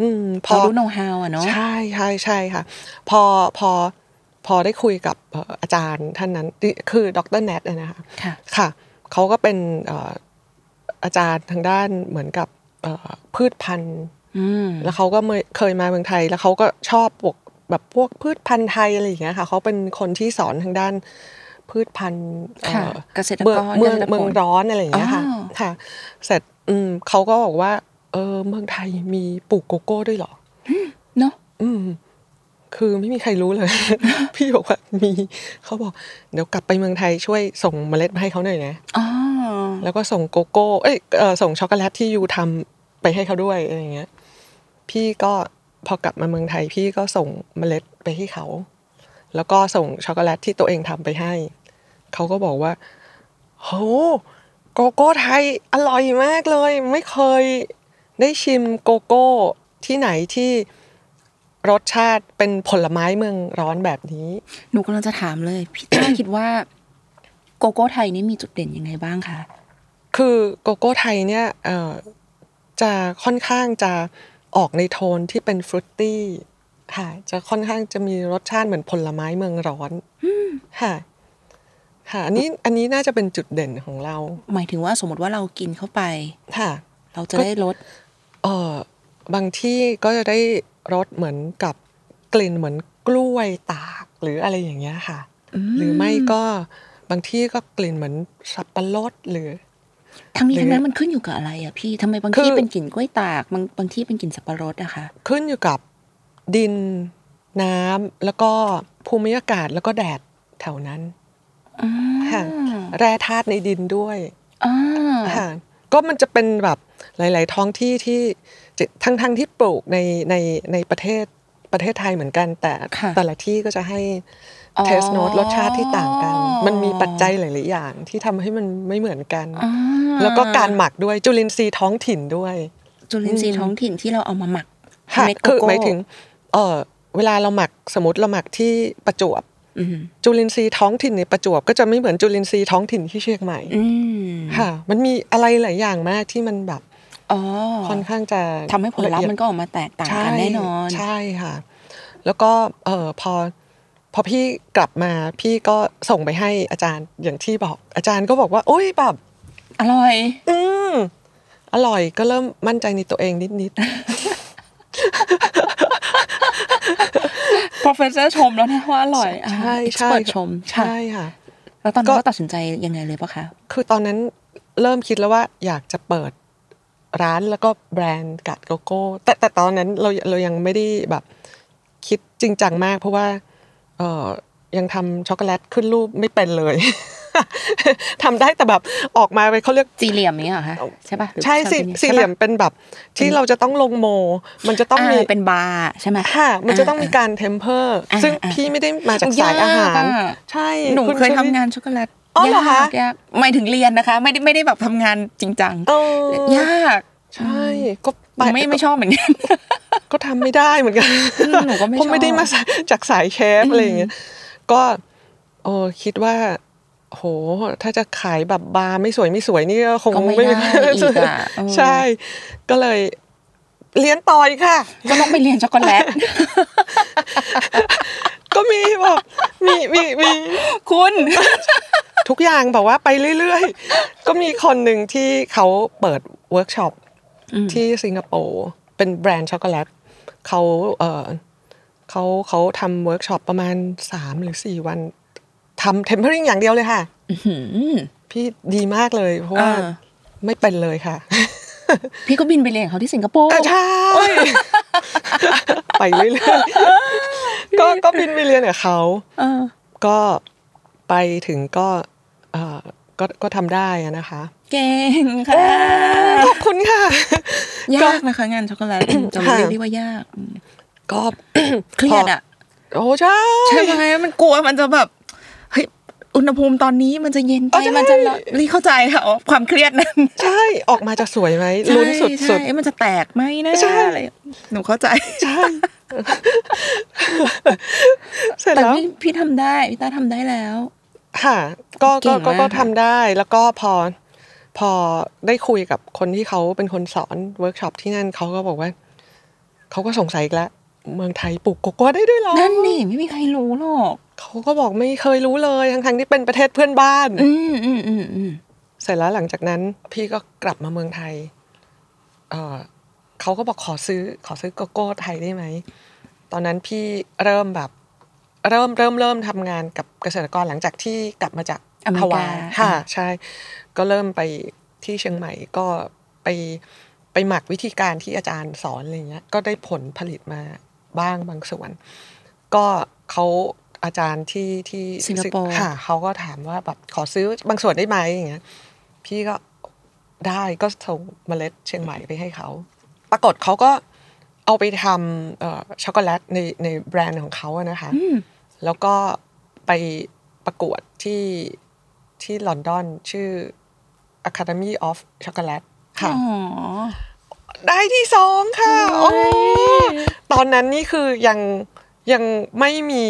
อืม พอรู้โน้ตฮาวอะเนาะ ใช่ใช่ใช่ค่ะ พอพอพอได้คุยกับเอ่ออาจารย์ท่านนั้นที่คือดรแนทอะนะคะ ค่ะ ค่ะเขาก็เป็นเอ่ออาจารย์ทางด้านเหมือนกับเอ่อพืชพันธุ์ อืม แล้วเขาก็เมื่อเคยมาเมืองไทย แล้วเขาก็ชอบพวกแบบพวกพืชพันธุ์ไทยอะไรอย่างเงี้ยค่ะเขาเป็นคนที่สอนทางด้านพืชพันธุ์เอ่ ค่ะ อ เกษตร เมือง กร เมือง กษตก เมืองร้อนอะไรอย่างเงี้ยค่ะ อ๋อ ค่ะ เสร็จอืมเขาก็บอกว่า เออเมืองไทยมีปลูกโกโก้ด้วยเหรอ เนาะ อืม คือไม่มีใครรู้เลย พี่บอกว่ามีเขาบอกเดี๋ยวกลับไปเมืองไทยช่วยส่งเมล็ดมาให้เขาหน่อยนะ อ๋อ แล้วก็ส่งโกโก้ เอ้ยเอ่อส่งช็อกโกแลตที่ยูทำไปให้เขาด้วยอะไรอย่างเงี้ย พี่ก็พอกลับมาเมืองไทย พี่ก็ส่งเมล็ดไปให้เขา แล้วก็ส่งช็อกโกแลตที่ตัวเองทำไปให้ เขาก็บอกว่าโหโกโก้ไทยอร่อยมากเลย ไม่เคยได้ชิมโกโก้ที่ไหนที่รสชาติเป็นผลไม้เมืองร้อนแบบนี้ หนูกำลังจะถามเลย พี่ต้า คิดว่า โกโก้ไทยนี่มีจุดเด่นยังไงบ้างคะ คือโกโก้ไทยเนี่ยเอ่อจะค่อนข้างจะออกในโทนที่เป็นฟรุตตี้ค่ะ จะค่อนข้างจะมีรสชาติเหมือนผลไม้เมืองร้อนค่ะ ค่ะอันนี้อันนี้น่าจะเป็นจุดเด่นของเรา หมายถึงว่าสมมติว่าเรากินเข้าไป ค่ะ เราจะ ก็ ได้รส เอ่อบางที่ก็จะได้รสเหมือนกับกลิ่นเหมือนกล้วยตากหรืออะไรอย่างเงี้ยค่ะ หรือไม่ก็บางที่ก็กลิ่นเหมือนสับปะรดหรือ ทั้งนี้ หรือ ทั้งนั้นมันขึ้นอยู่กับอะไรอะพี่ทำไมบาง คือ ที่เป็นกลิ่นกล้วยตากบางบางที่เป็นกลิ่นสับปะรดอะคะ ขึ้นอยู่กับดินน้ำแล้วก็ภูมิอากาศแล้วก็แดดแถวนั้น อ๋อ ค่ะ แร่ธาตุในดินด้วย อ๋อ ค่ะก็มันจะเป็นแบบหลาย ๆ ท้องที่ที่จะทั้งๆที่ปลูกในในในประเทศประเทศไทยเหมือนกัน แต่ ค่ะ แต่ละที่ก็จะให้เทสโนตรสชาติที่ต่างกัน มันมีปัจจัยหลาย ๆ อย่างที่ทำให้มันไม่เหมือนกัน อ่า แล้วก็การหมักด้วยจุลินทรีย์ท้องถิ่นด้วย จุลินทรีย์ท้องถิ่นที่เราเอามาหมัก ค่ะ เม็ดโก คือ โก้ หมายถึงเออเวลาเราหมักสมมติเราหมักที่ประจวบ อืม จุลินทรีย์ท้องถิ่นในประจวบก็จะไม่เหมือนจุลินทรีย์ท้องถิ่นที่เชียงใหม่ อืม ค่ะ มันมีอะไรหลายอย่างมากที่มันแบบ อ๋อ ค่อนข้างจะ ทำให้ผลลัพธ์มันก็ออกมาแตกต่างกันแน่นอน ใช่ค่ะ แล้วก็เออพอพอพี่กลับมาพี่ก็ส่งไปให้อาจารย์อย่างที่บอก อาจารย์ก็บอกว่าโอ้ยแบบ อร่อย อืมอร่อยก็เริ่มมั่นใจในตัวเองนิด professor ชมแล้วนะว่าอร่อย ๆใช่ใช่ เปิดชม ใช่ค่ะ แล้วตอน ก็ นั้นก็ตัดสินใจยังไงเลยปะคะ คือตอนนั้นเริ่มคิดแล้วว่าอยากจะเปิดร้านแล้วก็แบรนด์กัดโกโก้แต่แต่ตอนนั้นเราเรายังไม่ได้แบบคิดจริงจังมาก เพราะว่าเออยังทำช็อกโกแลตขึ้นรูปไม่เป็นเลย ทำได้แต่แบบออกมาไปเขาเรียก สี่เหลี่ยมนี้ยเหรอคะใช่ปะหรือ ใช่สิ ทำเป็นงไง สี่เหลี่ยม ใช่ปะ เป็นแบบที่เราจะต้องลงโม มันจะต้องมี าเป็นบาร์ใช่ไหม ค่ะมันจะต้องมีการเทมเพอร์ อ่า ซึ่ง อ่า พี่ไม่ได้มาจาก โอ้ สายาอายก หาร อะ ใช่ หนู ณ เคย ช ทำ ลิด งานช็อกโกแลต อ๋อเหรอคะ ยากยากหมายถึงเรียนนะคะ ไม่ได้ไม่ได้แบบทำงานจริงจัง เออย าก ใช่ก็ป ไม่ไม่ชอบเหมือนกัน ก็ทำไม่ได้เหมือนกัน อืมหนูก็ไม่ เพราะ ไม่ได้ ชอบ มาสายจากสายเชฟอะไรอย่างเงี้ย ก็เออคิดว่า โห ถ้าจะขายแบบบาร์ไม่สวยไม่สวยนี่ก็คง ก็ไม่ได้อีกอ่ะเออ ใช่ ก็เลย เรียนต่ออีกค่ะ ก็ต้องไปเรียนช็อกโกแลต ก็มีแบบมีมีมี คุณ ทุกอย่างแบบว่าไปเรื่อยๆ ก็มีคนหนึ่งที่เขาเปิดเวิร์กช็อปที่สิงคโปร์เป็นแบรนด์ช็อกโกแลตเขาเออเขาเขาทำเวิร์กช็อปประมาณสามหรือสี่วันทำเทมเพอริงอย่างเดียวเลยค่ะ พี่ดีมากเลยเพราะว่า อ่า ไม่เป็นเลยค่ะ พี่ก็บินไปเรียนกับเขาที่สิงคโปร์ อ่ะใช่ ไปเรื่อยๆก็ก็บินไปเรียนกับเขา เออ ก็ไปถึงก็เอ่อก็ก็ทำได้อะนะคะ เก่งค่ะ ขอบคุณค่ะ ยากนะคะงานช็อกโกแลตจะเรียกได้ว่ายากอืม ก็ เครียดอ่ะ โอ้ใช่ ใช่ไหมมันกลัวมันจะแบบเฮ้ยอุณหภูมิตอนนี้มันจะเย็นไปมันจะร้อนรีเข้าใจค่ะว่าความเครียดนั้น ใช่ออกมาจะสวยไหมลุ้นสุด ใช่ สุด ใช่มันจะแตกไหมนะ ใช่ อะไรหนูเข้าใจ ใช่เสร็ จแต่ แล้ว พี่พี่ทำได้พี่ตาทำได้แล้ว ค่ะ ก็ เก่ ก็ ง ก็ มาก ก็ทำได้แล้วก็พอ พอได้คุยกับคนที่เขาเป็นคนสอนเวิร์กช็อปที่นั่นเขาก็บอกว่าเขาก็สงสัยอีกแล้วเมืองไทยปลูกโกโก้ได้ด้วยเหรอ นั่นนี่ไม่มีใครรู้หรอก เขาก็บอกไม่เคยรู้เลยทั้งๆที่เป็นประเทศเพื่อนบ้าน อืมอืมอืมอืม เสร็จแล้วหลังจากนั้นพี่ก็กลับมาเมืองไทย เอ่อเขาก็บอกขอซื้อขอซื้อโกโก้ไทยได้ไหม ตอนนั้นพี่เริ่มแบบ เริ่มเริ่มเริ่มทำงานกับเกษตรกรหลังจากที่กลับมาจาก อเม ฮา ริ วาก าย ค่ะใช่ ก็เริ่มไปที่เชียงใหม่ก็ไปไปหมักวิธีการที่อาจารย์สอนอะไรเงี้ย ก็ได้ผลผลิตมาบ้างบางส่วน ก็เขาอาจารย์ที่ที่ สิงคโปร์ ค่ะเขาก็ถามว่าแบบขอซื้อบางส่วนได้ไหมอย่างเงี้ยพี่ก็ได้ก็ส่งเมล็ดเชียงใหม่ไปให้เขา ปรากฏเขาก็เอาไปทำเอ่อช็อกโกแลตในในแบรนด์ของเขาอะนะคะ อืม แล้วก็ไปประกวดที่ที่ลอนดอนชื่อ Academy of Chocolate ค่ะ อ๋อ ได้ที่สองค่ะโอ้ตอนนั้นนี่คือยังยังไม่มี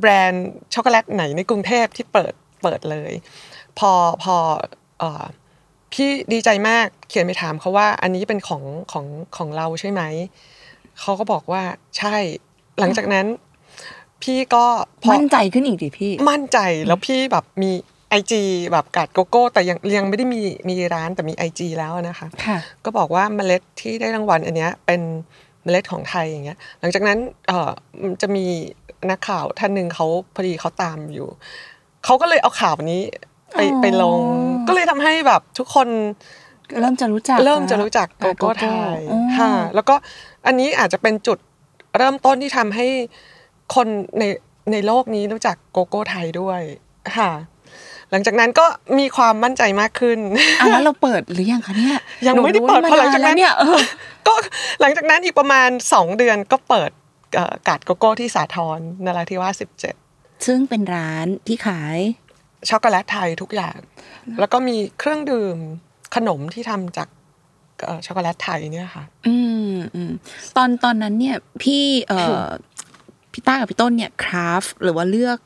แบรนด์ช็อกโกแลตไหนในกรุงเทพที่เปิดเปิดเลย พอพอเอ่อพี่ดีใจมากเขียนไปถามเขาว่าอันนี้เป็นของของของเราใช่ไหม เขาก็บอกว่าใช่หลังจากนั้น พี่ก็พอ มั่นใจขึ้นอีกดิพี่ มั่นใจแล้วพี่แบบมีไอจีแบบกาดโกโก้ แต่ยังยังไม่ได้มีมีร้านแต่มีไอจีแล้วนะคะ ค่ะ ก็บอกว่าเมล็ดที่ได้รางวัลอันเนี้ยเป็นเมล็ดของไทยอย่างเงี้ย หลังจากนั้นเอ่อมันจะมีนักข่าวท่านหนึ่งเขาพอดีเขาตามอยู่เขาก็เลยเอาข่าวนี้ไป อ๋อ ไปลง ก็เลยทำให้แบบทุกคน เริ่มจะรู้จัก เริ่มจะรู้จักโก อ่า โก้ไทย อ๋อ ค่ะแล้วก็อันนี้อาจจะเป็นจุดเริ่มต้นที่ทำให้คนในในโลกนี้รู้จักโกโก้ไทยด้วยค่ะ หลังจากนั้นก็มีความมั่นใจมากขึ้น อ่ะแล้วเราเปิดหรือยังคะเนี่ย ยังไม่ได้เปิด หนู เพราะหลัง รู้ จามนกนแล้ นั้ วน เนี่ยเออ ก็หลังจากนั้นอีกประมาณ 2 เดือนก็เปิดเอ่อกาดโกโก้ที่สาทรนราธิวาส ซึ่งเป็นร้านที่ขาย 17 ช็อกโกแลตไทยทุกอย่าง แล้วก็มีเครื่องดื่มขนมที่ทำจากเอ่อช็อกโกแลตไทยเนี่ยค่ะ อืมอืมตอนตอนนั้นเนี่ยพี่เอ่อพี่ต้ากับพี่ต้นเนี่ยคราฟหรือว่าเลือก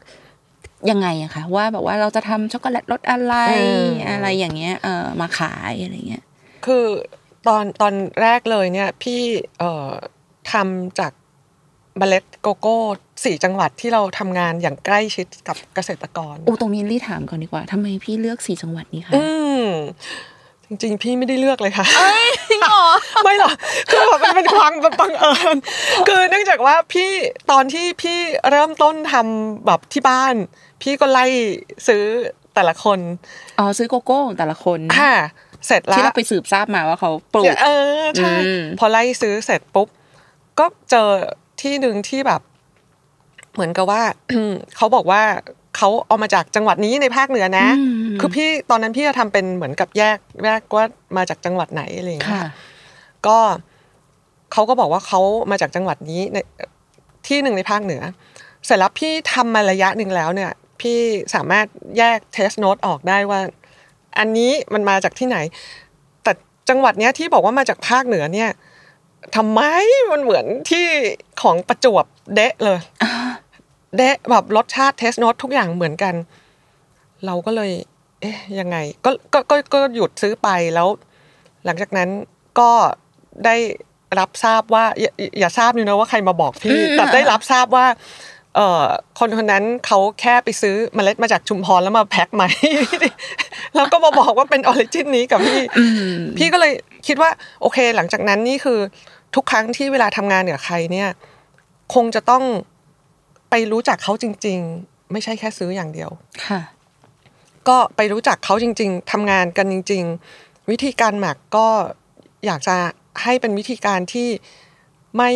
ยังไงอะคะว่าแบบว่าเราจะทำช็อกโกแลตรสอะไร เอออ อะไรอย่างเงี้ยเอ่อมาขายอะไรเงี้ย คือตอนตอนแรกเลยเนี่ยพี่เอ่อทำจากเมล็ดโกโก้สี่จังหวัดที่เราทำงานอย่างใกล้ชิดกับเกษตรกร อูตรงนี้รีถามก่อนดีกว่าทำไมพี่เลือกสี่จังหวัดนี้คะ อืมจริงๆ พี่ไม่ได้เลือกเลยค่ะจริงหรอ ไม่หรอกคือแบบมันเป็นความบังเอิญคือเนื่องจากว่าพี่ตอนที่พี่เริ่มต้นทำแบบที่บ้าน พี่ก็ไล่ซื้อแต่ละคน อ๋อซื้อโกโก้ของแต่ละคน ค่ะเสร็จแล้ว ที่เราไปสืบทราบมาว่าเขาปลูก เออใช่ อืม พอไล่ซื้อเสร็จปุ๊บ ก็เจอที่หนึ่งที่แบบ เหมือนกับว่า เขาบอกว่าเขาเอามาจากจังหวัดนี้ในภาคเหนือนะ คือพี่ตอนนั้นพี่จะทำเป็นเหมือนกับแยกแยกว่ามาจากจังหวัดไหนอะไรอย่างเงี้ย ค่ะ ค่ะก็เขาก็บอกว่าเขามาจากจังหวัดนี้ในที่หนึ่งในภาคเหนือ เสร็จแล้วพี่ทำมาระยะหนึ่งแล้วเนี่ย พี่สามารถแยกเทสโน t ตออกได้ว่า อันนี้มันมาจากที่ไหน แต่จังหวัดเนี้ยที่บอกว่ามาจากภาคเหนือเนี่ยทำไมมันเหมือนที่ของประจวบเดะเลย เดะแบบรสชาติเทสโนตทุกอย่างเหมือนกัน เราก็เลย เอ๊ะยังไงก็ก็ก็ก็หยุดซื้อไปแล้ว หลังจากนั้นก็ได้ รับทราบว่าอย่าอย่าทราบนี่นะว่าใครมาบอกพี่แต่ได้รับทราบว่าเอ่อคนคนนั้นเขาแค่ไปซื้อเมล็ดมาจากชุมพรแล้วมาแพ็คใหม่ แล้วก็มาบอกว่าเป็นออริจินนี้กับพี่ พี่ก็เลยคิดว่าโอเค หลังจากนั้นนี่คือทุกครั้งที่เวลาทำงานกับใครเนี่ย คงจะต้องไปรู้จักเขาจริง ๆ ไม่ใช่แค่ซื้ออย่างเดียว ค่ะ ก็ไปรู้จักเขาจริง ๆทำงานกันจริง ๆ วิธีการหมักก็อยากจะให้เป็นวิธีการที่ไม่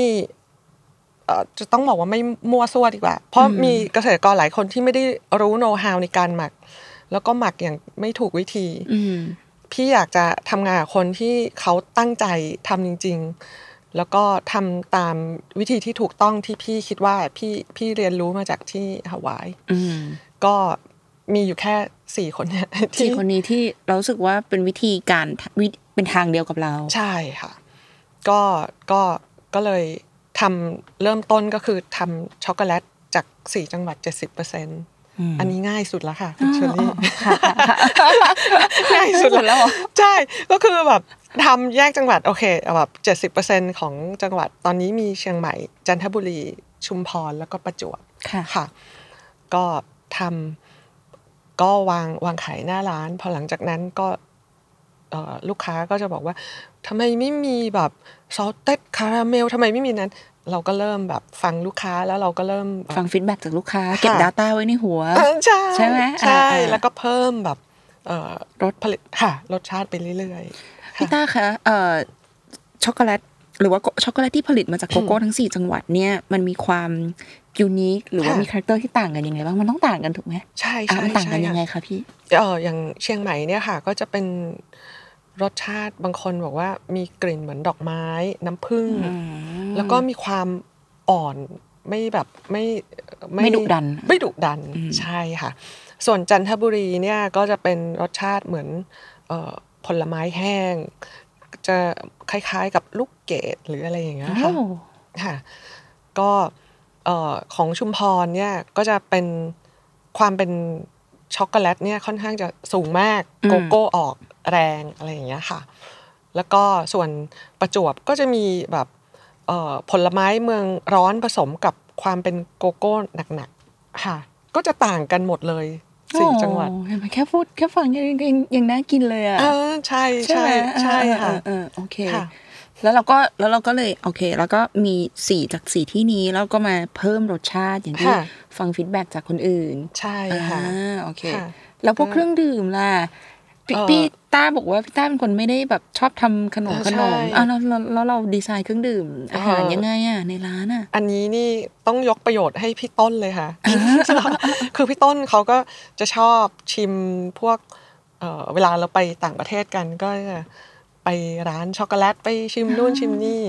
เอ่อจะต้องบอกว่าไม่มั่วซั่วดีกว่า เพราะมีเกษตรกรหลายคนที่ไม่ได้รู้โน้ตฮาวในการหมัก แล้วก็หมักอย่างไม่ถูกวิธี อืม พี่อยากจะทำงานกับคนที่เขาตั้งใจทำจริง ๆ แล้วก็ทำตามวิธีที่ถูกต้องที่พี่คิดว่าพี่พี่เรียนรู้มาจากที่ฮาวาย อืม ก็มีอยู่แค่สี่คนเนี่ย สี่ ที่ คนนี้ที่เรารู้สึกว่าเป็นวิธีการวิเป็นทางเดียวกับเรา ใช่ค่ะ ก็ก็ก็เลยทำเริ่มต้นก็คือทำช็อกโกแลตจากสี่จังหวัด 70%อันนี้ง่ายสุดแล้วค่ะคุณเชอ รี่ ง่ายสุด ง่ายสุดแล้ แล้ว ว เหรอ ใช่ก็คือแบบทำแยกจังหวัดโอเคเอาแบบเจ็ดสิบเปอร์เซ็นของจังหวัดตอนนี้มีเชียงใหม่ จันทบุรีชุมพรแล้วก็ประจวบ ค่ะ ค่ะ ก็ทำก็วางวางขายหน้าร้าน พอหลังจากนั้นก็เอ่อลูกค้าก็จะบอกว่าทำไมไม่มีแบบซอสเต็ดคาราเมลทำไมไม่มีนั้น เราก็เริ่มแบบฟังลูกค้าแล้วเราก็เริ่มแบบ ฟังฟีดแบ็จากลูกค้า เก็บ ค่ะ Data ไว้ในหัว อ่าใช่ ใช่ไหม ใช่ อ่าอ่า แล้วก็เพิ่มแบบเอ่อรสผลิตค่ะรสชาติไปเรื่อยๆ พี่ ค่ะ ต้าคะเอ่อช็อกโกแลตหรือว่าโกช็อกโกแลตที่ผลิตมาจากโกโก้ทั้งสี่จังหวัดเนี่ยมันมีความยูนิคหรือว่ามีคาแรคเตอร์ที่ต่างกันยังไงบ้างมันต้องต่างกันถูกไหม ใช่ อ่ะ ใช่ มันต่างกัน ใช่ ยังไงคะพี่ เอออย่างเชียงใหม่เนี่ยค่ะ ก็จะเป็นรสชาติบางคนบอกว่ามีกลิ่นเหมือนดอกไม้น้ำผึ้งแล้วก็มีความอ่อนไม่แบบไม่ ไม่ดุดัน ไม่ดุดันใช่ค่ะ ส่วนจันทบุรีเนี่ยก็จะเป็นรสชาติเหมือนเอ่อผลไม้แห้ง จะคล้ายๆกับลูกเกดหรืออะไรอย่างเงี้ยค่ะ โอ้ ค่ะก็เอ่อของชุมพรเนี่ยก็จะเป็นความเป็นช็อกโกแลตเนี่ยค่อนข้างจะสูงมาก อืม โกโก้ออกแรงอะไรอย่างเงี้ยค่ะ แล้วก็ส่วนประจวบก็จะมีแบบเอ่อผลไม้เมืองร้อนผสมกับความเป็นโกโก้หนักๆค่ะ ก็จะต่างกันหมดเลยสี่จังหวัด โอ้เนไมแค่พูดแค่ฟังยังยังยังน่ากินเลยอ่ะ เออใช่ ใช่ ใช่ ไหม ใช่ อ่าเอค่ะอเออโอเค ค่ะ แล้วเราก็แล้วเราก็เลยโอเค แล้วก็มีสี่จากสี่ที่นี้แล้วก็มาเพิ่มรสชาติอย่างที่ ค่ะ ฟังฟีดแบ็จากคนอื่น ใช่ค่ะ อ่าโอเค ค่ะ แล้วพวกเครื่องดื่มล่ะพี่ เอ่อ พี่ต้าบอกว่าพี่ต้าเป็นคนไม่ได้แบบชอบทำขนม เออ ขนม ใช่ อ่ะแล้วแล้วแล้วเราดีไซน์เครื่องดื่มอาหาร เอ่อ ยังไงอ่ะในร้านอ่ะ อันนี้นี่ต้องยกประโยชน์ให้พี่ต้นเลยค่ะ คือพี่ต้นเขาก็จะชอบชิมพวกเอ่อเวลาเราไปต่างประเทศกันก็จะไปร้านช็อกโกแลตไปชิมนู่นชิมนี่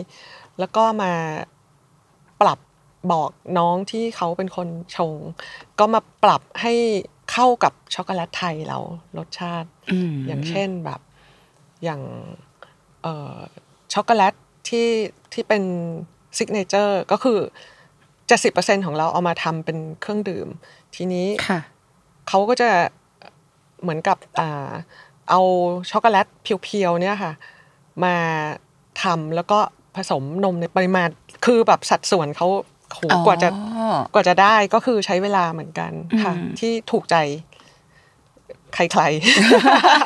แล้วก็มาปรับบอกน้องที่เขาเป็นคนชง ก็มาปรับให้เข้ากับช็อกโกแลตไทยเรารสชาติ อืม อย่างเช่นแบบอย่างเอ่อช็อกโกแลตที่ที่เป็นซิกเนเจอร์ก็คือจะสิบเปอร์เซ็นของเราเอามาทำเป็นเครื่องดื่ม ทีนี้ ค่ะ เขาก็จะเหมือนกับอ่าเอาช็อกโกแลตเพียวๆเนี่ยค่ะ มาทำแล้วก็ผสมนมในปริมาณคือแบบสัดส่วนเขาโห อ๋อ กว่าจะกว่าจะได้ก็คือใช้เวลาเหมือนกันค่ะ อืม ที่ถูกใจใครๆ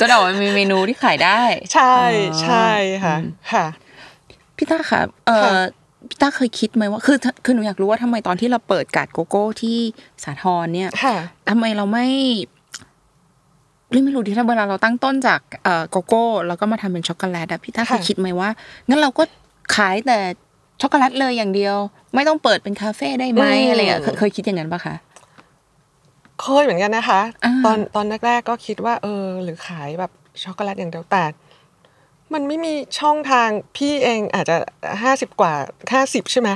จนออกมามีเมนูที่ขายได้ ใช่ อ๋อ ใช่ค่ะ อืม ค่ะ พี่ต้าคะเอ ค่ะ อพี่ต้าเคยคิดไหมว่า คือคือหนูอยากรู้ว่าทำไมตอนที่เราเปิดการ์ดโกโก้ที่สาทรเนี่ย ค่ะ ทำไมเราไม่เรื่องไม่รู้ดิถ้าเวลาเราตั้งต้นจากเอ่อโกโก้ แล้วก็มาทำเป็นช็อกโกแลตอะพี่ต้าเคย ค่ะ คิดไหมว่า งั้นเราก็ขายแต่ช็อกโกแลตเลยอย่างเดียว ไม่ต้องเปิดเป็นคาเฟ่ได้ไหมอะไรอย่างเงี้ยเคยเคยคิดอย่างนั้นปะคะ เคยเหมือนกันนะคะ อ่า ตอนตอนแรกๆก็คิดว่า เออ หรือขายแบบช็อกโกแลตอย่างเดียวแต่มันไม่มีช่องทางพี่เองอาจจะห้าสิบกว่าห้าสิบใช่ไหม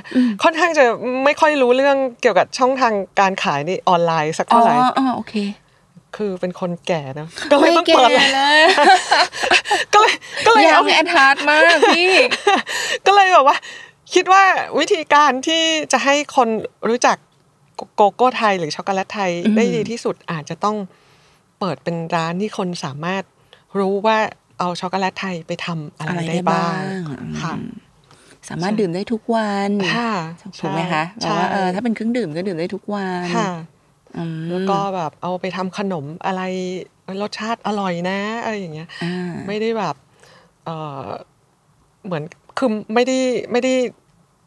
ค่อนข้างจะไม่ค่อยรู้เรื่องเกี่ยวกับช่องทางการขายในออนไลน์สัก อ๋อ เท่าไหร่ อ๋อโอเค คือเป็นคนแก่เนอะก็เลยต้องเปิด ไม่ก๋เลย ก็เลยก็เลย ยั เอา งแอดฮาร์ดมากพี่ ก็เลยแบบว่า คิดว่าวิธีการที่จะให้คนรู้จักโกโก้ไทยหรือช็อกโกแลตไทย อืม ได้ดีที่สุดอาจจะต้องเปิดเป็นร้านที่คนสามารถรู้ว่า เอาช็อกโกแลตไทยไปทำอะไร อะไร ได้ ได้ บ้า บ้าง ง ค่ะ อืมสามารถดื่มได้ทุกวัน ค่ะ ถูกไหมคะแปล ใช่ ว่าเออถ้าเป็นเครื่องดื่มก็ดื่มได้ทุกวัน ค่ะ อืม แล้วก็แบบเอาไปทำขนมอะไรรสชาติอร่อยนะอะไรอย่างเงี้ย อ่า ไม่ได้แบบเออเหมือนคือไม่ได้ไม่ได้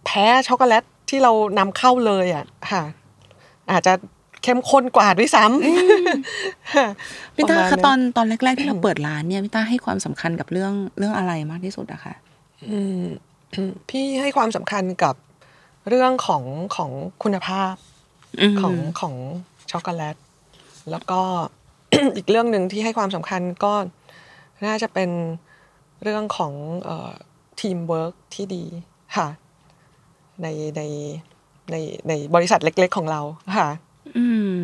แพ้ช็อกโกแลตที่เรานำเข้าเลยอ่ะค่ะ อาจจะเข้มข้นกว่าด้วยซ้ ำค่ะ พี่ต้า ปรมณ คะตอนตอนแรก ๆ ที่เราเปิดร้านเนี่ยพี่ต้าให้ความสำคัญกับเรื่องเรื่องอะไรมากที่สุดอะคะ อืม พี่ให้ความสำคัญกับเรื่องของของคุณภาพ ม ของของช็อกโกแลต แล้วก็ อีกเรื่องหนึ่งที่ให้ความสำคัญก็น่าจะเป็นเรื่องของทีมเวิร์กที่ดีค่ะในในในในบริษัทเล็ก ๆ ของเราค่ะ อืม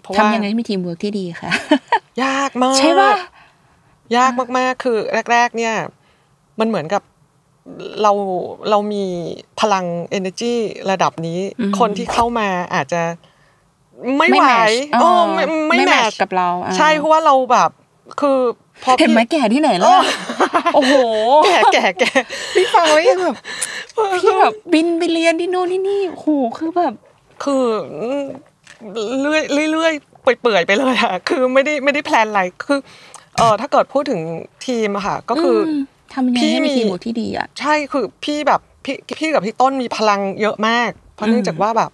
เพราะว่า ทำยังไงให้มีทีมเวิร์กที่ดีคะ ยากมาก ใช่ปะ ยากมาก ๆ คือแรก ๆ เนี่ย มันเหมือนกับเราเรามีพลัง energy ระดับนี้ อืม คนที่เข้ามาอาจจะไม่ ไม่ ไหว แมทช์ โอ้ไม่ไม่แมทช์ กับเราอ่ะ ใช่เพราะว่าเราแบบคือพอ เห็นไหมแก่ที่ไหนแล้ว โอ้โห แก่แก่แก่ พี่ฟังแล้วยังแบบพี่แบบบินไปเรียนที่โน่นที่นี่โอ้โหคือแบบ คือเรื่อยเรื่อยเรื่อยเปื่อยๆไปเลยอะคือไม่ได้ไม่ได้แพลนอะไรคือเออถ้าเกิดพูดถึงทีมอะค่ะก็คืออ มทำยังไงให้ พี่มี มีทีมเวิร์กที่ดีอ่ะ ใช่คือพี่แบบพี่พี่กับพี่ต้นมีพลังเยอะมาก เพราะ อืม เนื่องจากว่าแบบ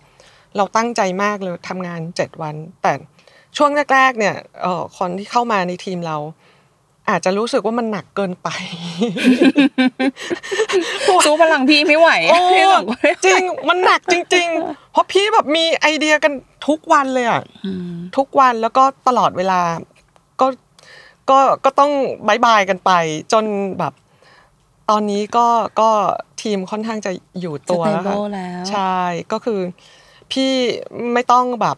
เราตั้งใจมากเลยทำงานเจ็ดวัน แต่ช่วงแรกๆเนี่ยเออคนที่เข้ามาในทีมเรา อาจจะรู้สึกว่ามันหนักเกินไป สู้พลังพี่ไม่ไหว โอ้ พี่บอกว่า จริง มันหนักจริง ๆ เพราะพี่แบบมีไอเดียกันทุกวันเลยอ่ะ อืม ทุกวันแล้วก็ตลอดเวลา ก็ก็ก็ต้องบายบายกันไป จนแบบ ตอนนี้ก็ก็ทีมค่อนข้างจะอยู่ ส ตัว เต แล้ว เบิ ค่ะ ลแล้ว ใช่ก็คือ พี่ไม่ต้องแบบ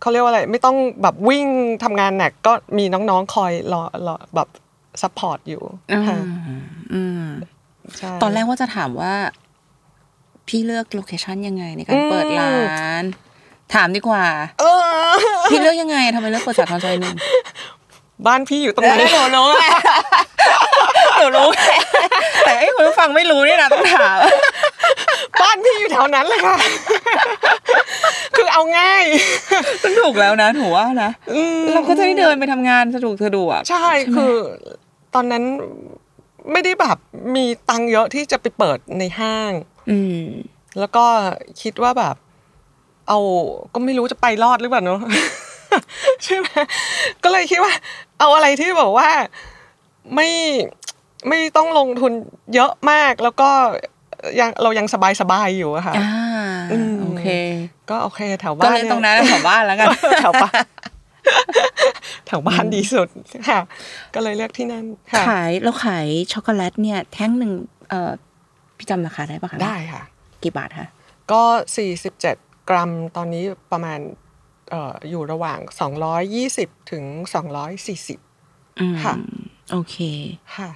เขาเรียกว่าอะไร ไม่ต้องแบบวิ่งทำงานหนักก็มีน้องๆคอยรอรอแบบซัพพอร์ตอยู่ อื ค่ะ มอืม ใช่ ตอนแรกว่าจะถามว่า พี่เลือกโลเคชันยังไงในกา อื ร ม เปิดร้าน ถามดีกว่า เออ พี่เลือกยังไงทำไมเลือกเปิดสาทรซอยหนึ่ง บ้านพี่อยู่ตรงไหน หนูรู้ไงหนูรู้ไงแต่ไอ้ยคุณผู้ฟังไม่รู้นี่นะต้องถาม บ้านพี่อยู่แถวนั้นเลยค่ะ คือเอาง่าย มันถูกแล้วนะหนูว่านะ อืม เราก็จะได้เดินไปทำงานสะดวกสะดวก ใช่คือ ตอนนั้นไม่ได้แบบมีตังค์เยอะที่จะไปเปิดในห้าง อืม แล้วก็คิดว่าแบบ เอาก็ไม่รู้จะไปรอดหรือเปล่าเนอะ ใช่ไหมก็เลยคิดว่า เอาอะไรที่แบบว่าไม่ไม่ต้องลงทุนเยอะมาก แล้วก็ยังเรายังสบายสบายๆอยู่อะค่ะ อ่า อืม โอเค ก็โอเคแถว ก็ บ้าน เลย ย ตรงนั้นแถวบ้านแล้วกัน แถวบ้าน แถวบ้านดีสุดค่ะ ก็เลยเลือกที่นั่นค่ะ ขายเราขายช็อกโกแลตเนี่ย แท่งหนึ่งเอ่อพี่จำราคาได้ปะคะ ได้ค่ะ กี่บาทคะ ก็ 47 กรัมตอนนี้ประมาณเอ่ออยู่ระหว่าง 220 ถึง 240 อืม ค่ะ โอเค ค่ะ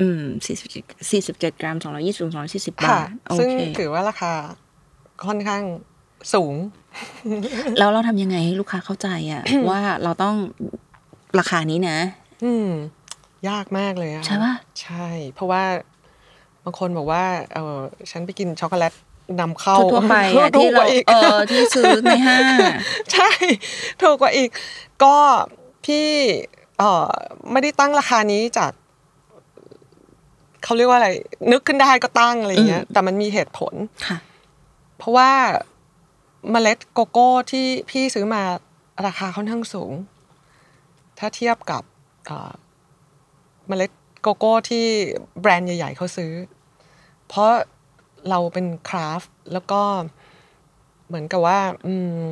อืมสี่สิบเจ็ดสี่สิบเจ็ดกรัมสองร้อยี่สิบสองร้อสี่สิบ ค่ะ บาท โอ ซึ่ง เค ถือว่าราคาค่อนข้างสูง แล้วเราทำยังไงให้ลูกค้าเข้าใจ อะ ว่าเราต้องราคานี้นะ อืม ยากมากเลยอะ ใช่ปะ ใช่ เพราะว่าบางคนบอกว่าเออฉันไปกินช็อกโกแลตนำเข้า ทั่วๆไปอะ ถู ที่ กก เรา ว่อีก เออที่ซื้อในห้าง อะ ใช่ ถูกกว่าอีก ก็พี่เอ่อไม่ได้ตั้งราคานี้จาก เขาเรียกว่าอะไร นึกขึ้นได้ก็ตั้งอะไรอย่างเงี้ยแต่มันมีเหตุผล ค่ะ เพราะว่าเมล็ดโกโก้ที่พี่ซื้อมาราคาค่อนข้างสูง ถ้าเทียบกับเอ่อเมล็ดโกโก้ที่แบรนด์ใหญ่ ๆเขาซื้อ เพราะเราเป็นคราฟต์แล้วก็เหมือนกับว่าอืม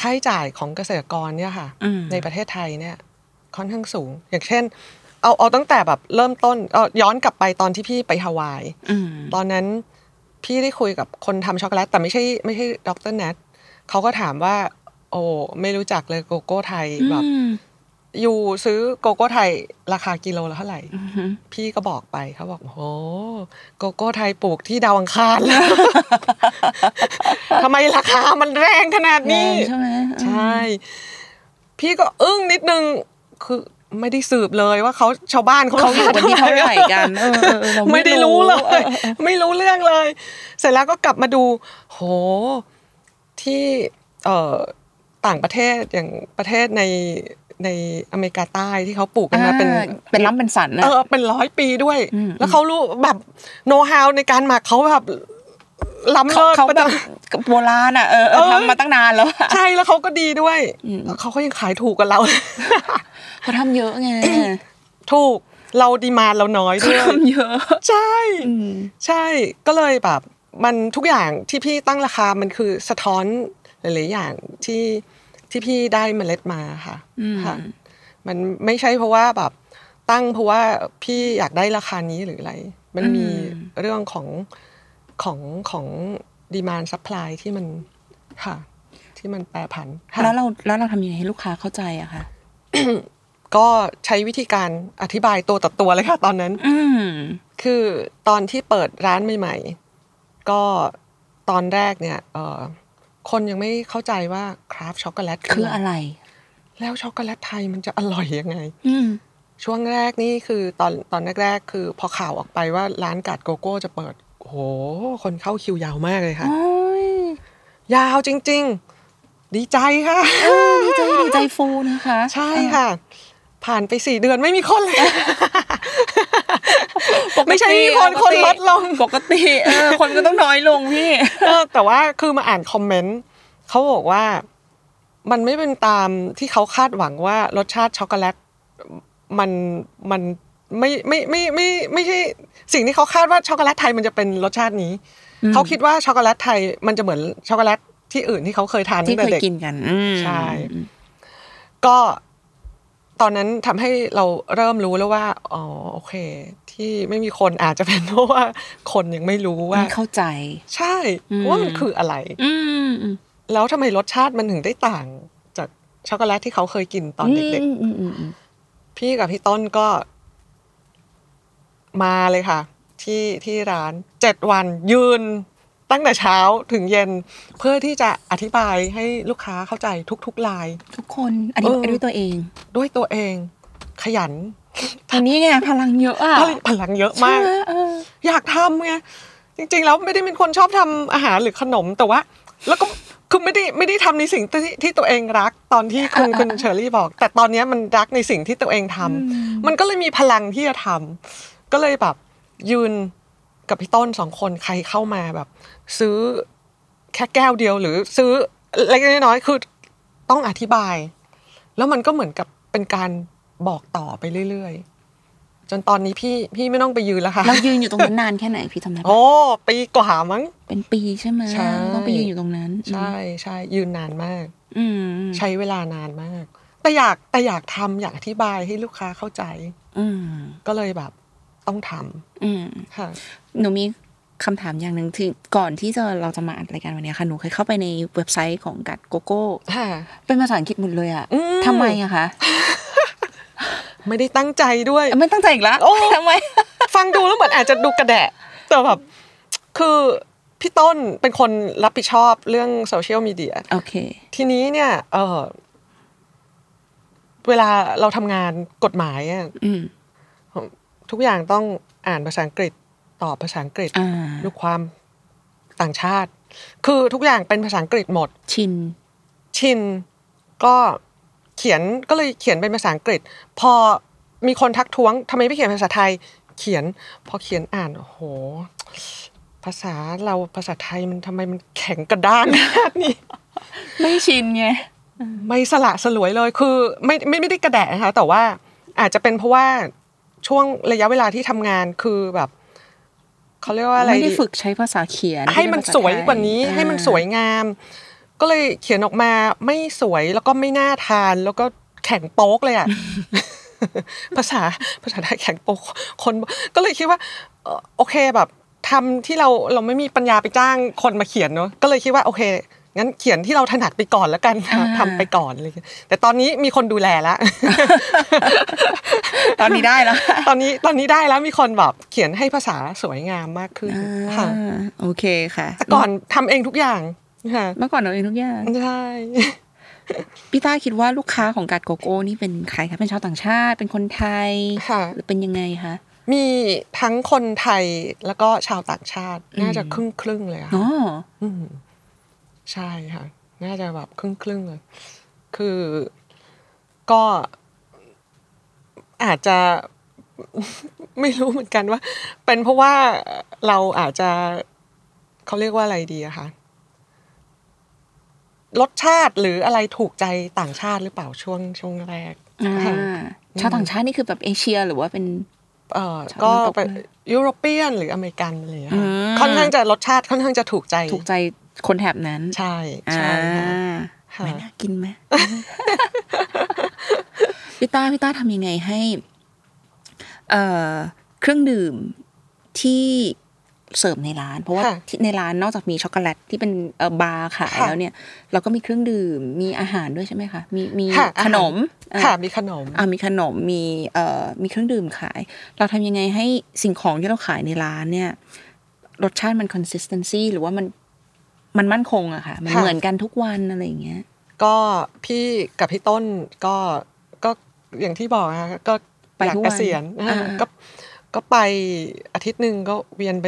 ค่าใช้จ่ายของเกษตรกรเนี่ยค่ะ อืม ในประเทศไทยเนี่ยค่อนข้างสูง อย่างเช่น เอาเอาตั้งแต่แบบเริ่มต้นเอาย้อนกลับไปตอนที่พี่ไปฮาวาย อืม ตอนนั้นพี่ได้คุยกับคนทำช็อกโกแลต แต่ไม่ใช่ไม่ใช่ดรแนทเขาก็ถามว่า โอ้ไม่รู้จักเลยโกโก้ไทยแบบ อืม อยู่ซื้อโกโก้ไทยราคากิโลละเท่าไหร่ อือหือ พี่ก็บอกไปเขาบอกโอ้โกโก้ไทยปลูกที่ดาวอังคารแล้ว ทำไมราคามันแรงขนาด แร นี้ งใช่ไหมอืม ใช่ พี่ก็อึ้งนิดนึงคือ ไม่ได้สืบเลยว่าเขาชาวบ้านเขา เขาอยู่วันที่เท่าไหร่กันเออเออเออเราไม่ ไม่ได้รู้ รู้ เลย ไม่รู้เรื่องเลย เสร็จแล้วก็กลับมาดู โห ที่เอ่อต่างประเทศอย่างประเทศในในอเมริกาใต้ที่เขาปลูกกันมาเป็น อ่าเป็นล้ำเป็นสันนะ เออเป็นร้อยปีด้วย อืม แล้วเขารู้แบบโน้ตฮาวในการหมักเขาแบบล้ำ เขา เลิศ เขา ประ แบ ดั บบ โบราณอ่ะเออเออ เออ ทำมาตั้งนานแล้วอะ ใช่แล้วเขาก็ดีด้วย อืม เขาก็ยังขาย ถูกกว่าเรา เขาทำเยอะไง ถูกเราดีมานเราน้อย เขา ด้วย ทำเยอะ ใช่ ใช่ก็เลยแบบมันทุกอย่างที่พี่ตั้งราคามันคือสะท้อนหลาย ๆ อย่างที่ที่พี่ได้เมล็ดมาค่ะ อืม ค่ะ มันไม่ใช่เพราะว่าแบบตั้งเพราะว่าพี่อยากได้ราคานี้หรืออะไร มันมีเรื่องของของของดีมานซัพพลายที่มันค่ะ ที่มันแปรผันค่ะ แล้วเราแล้วเราทำยังไงให้ลูกค้าเข้าใจอะคะ ก็ใช้วิธีการอธิบายตัวต่อตัวเลยค่ะตอนนั้น อืม คือตอนที่เปิดร้านใหม่ ๆ ก็ตอนแรกเนี่ยเอ่อคนยังไม่เข้าใจว่าคราฟช็อกโกแลต คืออะไร แล้วช็อกโกแลตไทยมันจะอร่อยยังไง อืม ช่วงแรกนี่คือตอนตอนแรกๆ คือพอข่าวออกไปว่าร้านกาดโกโก้จะเปิดโอ้โหคนเข้าคิวยาวมากเลยค่ะ โอ้ย ยาวจริง ๆ ดีใจค่ะ ดีใจดีใจฟูนะคะ ใช่ค่ะ ผ่านไปสี่เดือนไม่มีคนเลย เออปกติ ไม่ใช่มีคนคนลดลง ปกติเออคนก็ต้องน้อยลงพี่ เออแต่ว่าคือมาอ่านคอมเมนต์เขาบอกว่ามันไม่เป็นตามที่เขาคาดหวังว่ารสชาติช็อกโกแลตมันมันไม่ไม่ไม่ไม่ไม่ไม่ใช่สิ่งที่เขาคาดว่าช็อกโกแลตไทยมันจะเป็นรสชาตินี้ เขาคิดว่าช็อกโกแลตไทยมันจะเหมือนช็อกโกแลตที่อื่นที่เขาเคยทานตั้ ที่ งแต่ เคย เด็ก กินกันอืม ใช่ ก็ตอนนั้นทำให้เราเริ่มรู้แล้วว่าอ๋อโอเค ที่ไม่มีคนอาจจะเป็นเพราะว่าคนยังไม่รู้ว่า ไม่เข้าใจ ใช่ว่ามันคืออะไร อืมอืม แล้วทำไมรสชาติมันถึงได้ต่างจากช็อกโกแลตที่เขาเคยกินตอนเด็ก อืมอืมอืมอืม ๆ พี่กับพี่ต้นก็ มาเลยค่ะ ที่ที่ร้านเจ็ดวันยืนตั้งแต่เช้าถึงเย็น เพื่อที่จะอธิบายให้ลูกค้าเข้าใจทุกๆลาย ทุกคนอันนี้ เออ ด้วยตัวเอง ด้วยตัวเอง ขยัน ตอนนี้ไงพลังเยอะอ่ะ พลังเยอะมาก ใช่ไหเออ อยากทำไงจริงๆแล้วไม่ได้เป็นคนชอบทำอาหารหรือขนมแต่ว่า แล้วก็คือไม่ได้ไม่ได้ทำในสิ่งที่ที่ตัวเองรักตอนที่คุณคุณเชอรี่บอก แต่ตอนเนี้ยมันรักในสิ่งที่ตัวเองทำมันก็เลยมีพลังที่จะทำก็เลยแบบยืนกับพี่ต้นสองคนใครเข้ามาแบบ ซื้อแค่แก้วเดียวหรือซื้อเล็กๆน้อยๆคือต้องอธิบาย แล้วมันก็เหมือนกับเป็นการบอกต่อไปเรื่อยๆ จนตอนนี้พี่พี่ไม่ต้องไปยืนแล้วค่ะ เรายืนอยู่ตรงนั้นนานแค่ไหนพี่จำได้ปะ โอ้ปีกว่ามั้ง เป็นปีใช่ไหม ใช่ ต้องไปยืนอยู่ตรงนั้น ใช่ใช่ยืนนานมาก อืม ใช้เวลานานมาก แต่อยากแต่อยากทำอยากอธิบายให้ลูกค้าเข้าใจ อืม ก็เลยแบบต้องทำ อืม ค่ะ หนูมีคำถามอย่างหนึ่งที่ก่อนที่จะเราจะมาอัดรายการวันเนี้ยค่ะหนูเคยเข้าไปในเว็บไซต์ของกัดโกโก้ ค่ะ เป็นภาษาอังกฤษหมดเลยอะ อืม ทำไมอะคะ ไม่ได้ตั้งใจด้วย ไม่ตั้งใจอีกแล้ว โอ้ ทำไม ฟังดูแล้วเหมือนอาจจะดูกระแดะ แต่แบบ คือพี่ต้นเป็นคนรับผิดชอบเรื่องโซเชียลมีเดีย โอเค ทีนี้เนี่ยเออเวลาเราทำงานกฎหมายอะ อืม ทุกอย่างต้องอ่านภาษาอังกฤษตอบภาษาอังกฤษ อ่า ลูกความต่างชาติ คือทุกอย่างเป็นภาษาอังกฤษหมด ชิน ชินก็เขียนก็เลยเขียนเป็นภาษาอังกฤษ พอมีคนทักท้วงทำไมไม่เขียนภาษาไทย เขียน พอเขียนอ่านโอ้โห ภาษาเราภาษาไทยมันทำไมมันแข็งกระด้าง ขนาดนี้ ไม่ชินไง ไม่สละสลวยเลยคือไม่ไม่ไม่ได้กระแดะนะคะแต่ว่าอาจจะเป็นเพราะว่าช่วงระยะเวลาที่ทำงานคือแบบเขาเรียกว่าอะไร ไม่ได้ ดี ฝึกใช้ภาษาเขียน ให้มัน เป็ภษ สวยกว่า ไทย นี้ อ่า ให้มันสวยงาม ก็เลยเขียนออกมาไม่สวยแล้วก็ไม่น่าทาน แล้วก็แข็งโป๊กเลย อ่ะ ภาษาภาษาไทยแข็งโป๊กคนก็เลยคิดว่าเอ่อโอเคแบบทำที่เราเราไม่มีปัญญาไปจ้างคนมาเขียนเนอะก็เลยคิดว่าโอเคงั้นเขียนที่เราถนัดไปก่อนแล้วกันทำไปก่อนอะไรอย่างเลยแต่ตอนนี้มีคนดูแลแล้ว ตอนนี้ได้ แล้ว ตอนนี้ตอนนี้ได้แล้วมีคนแบบเขียนให้ภาษาสวยงามมากขึ้นค่ะ อ่าโอเคค่ะ แต่ก่อนทำเองทุกอย่างค่ะ เมื่อก่อนเราเองทุกอย่าง ใช่ พี่ต้าคิดว่าลูกค้าของการโกโก้นี่เป็นใครคะเป็นชาวต่างชาติ เป็นคนไทย ค่ะ หรือเป็นยังไงคะ มีทั้งคนไทยแล้วก็ชาวต่างชาติ น่าจะครึ่งครึ่งๆเลยอะค่ะ อ๋อ อืมใช่ค่ะ น่าจะแบบครึ่งครึ่งๆเลย คือก็อาจจะ ไม่รู้เหมือนกันว่า เป็นเพราะว่าเราอาจจะเขาเรียกว่าอะไรดีอะคะรสชาติหรืออะไรถูกใจต่างชาติหรือเปล่าช่วงช่วงแรก อ่า ค่ะ ชาวต่างชาตินี่คือแบบเอเชียหรือว่าเป็น เอ่อ ชาว ก็ ยุโรป เป็นยุโรเปียนหรืออเมริกันอะไรอย่างเงี้ยค่ะ อืม ค่อนข้างจะรสชาติค่อนข้างจะถูกใจ ถูกใจคนแถบนั้น ใช่ อ่า ใช่ค่ะค่ะ ไม่น่ากินไหม พี่ต้าพี่ต้าทำยังไงให้ เอ่อเครื่องดื่มที่เสิร์ฟในร้าน เพราะว่า ค่ะ ที่ในร้านนอกจากมีช็อกโกแลตที่เป็นเอ่อบาร์ขาย ค่ะ แล้วเนี่ย เราก็มีเครื่องดื่มมีอาหารด้วยใช่ไหมคะมีมี ค่ะอาหาร ขนมอ่ะ ค่ะมีขนม อ่ะมีขนมมีเอ่อมีเครื่องดื่มขาย เราทำยังไงให้สิ่งของที่เราขายในร้านเนี่ย รสชาติมัน consistency หรือว่ามันมันมั่นคงอะค่ะ มัน ค่ะ เหมือนกันทุกวันอะไรอย่างเงี้ย ก็พี่กับพี่ต้นก็ก็อย่างที่บอกอะก็ ไป อยาก ทุก เก วัน ษียณ อ่า อ่าก็ก็ไปอาทิตย์หนึ่งก็เวียนไป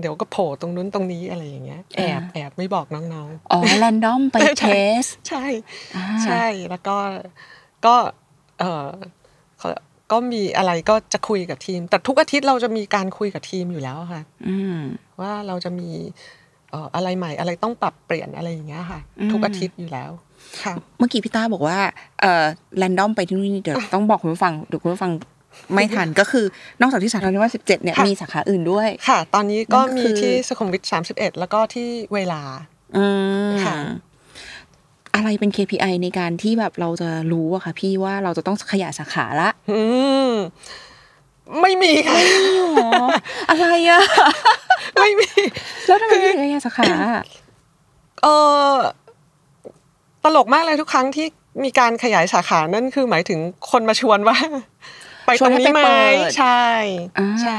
เดี๋ยวก็โผล่ตรงนู้นตรงนี้อะไรอย่างเงี้ยแอบแอบไม่บอกน้อง อ๋อ random ไป ใช่ใช่ เทส ๆ ใช่ อ่า ใช่แล้วก็ก็เออเขาก็มีอะไรก็จะคุยกับทีม แต่ทุกอาทิตย์เราจะมีการคุยกับทีมอยู่แล้วอะค่ะ อืม ว่าเราจะมีเอ่ออะไรใหม่อะไรต้องปรับเปลี่ยนอะไรอย่างเงี้ยค่ะ อืม ทุกอาทิตย์อยู่แล้วค่ะ เมื่อกี้พี่ต้าบอกว่าเอ่อ random ไปที่นู่นนี่เดี๋ยวต้องบอกคุณผู้ฟังเดี๋ยวคุณผู้ฟังไม่ ทัน ก็คือนอกจากที่สาขาเรียกว่า17เนี่ย ค่ะ มีสาขาอื่นด้วย ค่ะ ตอนนี้ก็ นั่นก็ มี คือ ที่สุขุมวิท31 แล้วก็ที่เวลา อืม ค่ะ อะไรเป็น KPI ในการที่แบบเราจะรู้อะค่ะ พี่ว่าเราจะต้องขยายสาขาละ อืมไม่มีค่ะ อ๋ออะไรอ่ะ ไม่มี แล้วทำไมไม่ถึงขยายสาขา เออตลกมากเลยทุกครั้งที่มีการขยายสาขานั่นคือหมายถึงคนมาชวนว่า ไปตรงนี้ไหมใช่ ใช่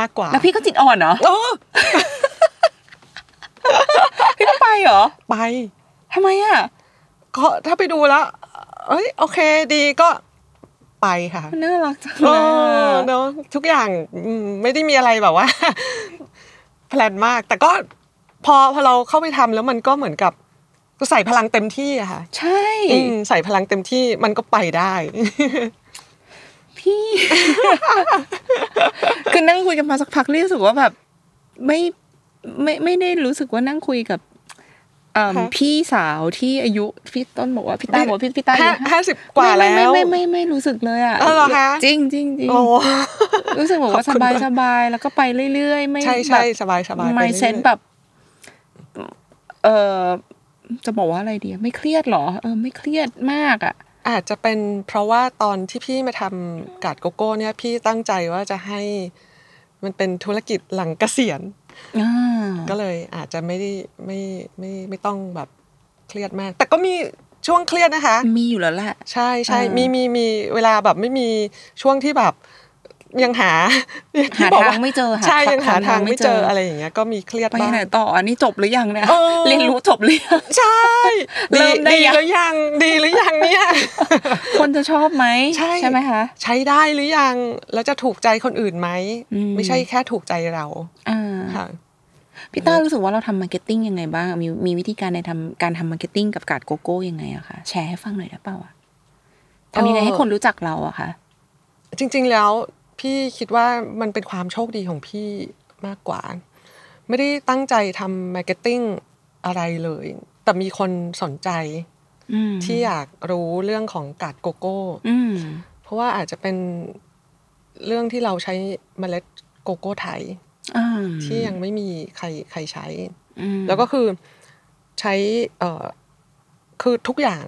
มากกว่า แล้วพี่ก็จิตอ่อนเหรอ โอ้ พี่ก็ไปเหรอ ไป ทำไมอ่ะ ก็ถ้าไปดูแล้วเอ้ยโอเคดีก็ไปค่ะ มันน่ารักจัง เอ เลย อ อะ เนอะทุกอย่างอืมไม่ได้มีอะไรแบบว่า แพลนมาก แต่ก็พอพอเราเข้าไปทำแล้วมันก็เหมือนกับใส่พลังเต็มที่อะค่ะ ใช่ อืมใส่พลังเต็มที่มันก็ไปได้ พี่ คือนั่งคุยกันมาสักพักเรียรู้สึกว่าแบบไม่ไม่ไม่ได้รู้สึกว่านั่งคุยกับเอิ่ม ค่ะ พี่สาวที่อายุพี่ต้นบอกว่าพี่ต้าบอกว่าพี่พี่ต้าอา ห้า ยุ ห้าสิบกว่า ไม่ แล้ว ไม่ไม่ไม่ไม่รู้สึกเลยอ่ะ เออเหรอคะ จริงจริงจริง โอ้ รู้สึกแบบว่า ข ส อบคุบามณาย ก สบายแล้วก็ไปเรื่อยๆ ไม่ ใช่ แบ ใช่ บ สบายสบายไปรื่อย mindset แบบ เออจะบอกว่าอะไรดีอะไม่เครียดเหรอ เออ ไม่เครียดมากอ่ะ อาจจะเป็นเพราะว่าตอนที่พี่มาทำกาดโกโก้เนี่ยพี่ตั้งใจว่าจะให้มันเป็นธุรกิจหลังเกษียณ อ่า ก็เลยอาจจะไม่ได้ไม่ไม่ไม่ต้องแบบเครียดมาก แต่ก็มีช่วงเครียดนะคะ มีอยู่แล้วแหละ ใช่ใช่ อ่ามี มีมีมีเวลาแบบไม่มีช่วงที่แบบยังหา หา ที่บอก ทาง ว่ ไม่เจอหา ใช่ยังหา ทา ทาง ง ไม่ ไม่ เจ เจ อ ออะไรอย่างเงี้ยก็มีเครียด ไป บ้าง ไหนต่ออันนี้จบหรือยังเนี่ย เออ เรียนรู้จบหรือยัง ใช่ เริ่มได้ยัง หรือยังดีหรือยังเนี่ย คนจะชอบไหม ใช่ ไหมคะ ใช้ได้หรือยังแล้วจะถูกใจคนอื่นไหม อืม ไม่ใช่แค่ถูกใจเรา อ่า ค่ะ พี่ต้ารู้สึกว่าเราทำมาร์เก็ตติ้งยังไงบ้าง มีมีวิธีการในทำการทำมาร์เก็ตติ้งกับการดโกโก้ยังไงอะคะแชร์ให้ฟังหน่อยได้เปล่าอะทำยังไงให้คนรู้จักเราอะคะ จริงๆ แล้วพี่คิดว่ามันเป็นความโชคดีของพี่มากกว่า ไม่ได้ตั้งใจทำมาร์เก็ตติ้งอะไรเลย แต่มีคนสนใจ อืม ที่อยากรู้เรื่องของกาดโกโก้ อืม เพราะว่าอาจจะเป็นเรื่องที่เราใช้เมล็ดโกโก้ไทย อ่า ที่ยังไม่มีใครใครใช้ อืม แล้วก็คือใช้เอ่อคือทุกอย่าง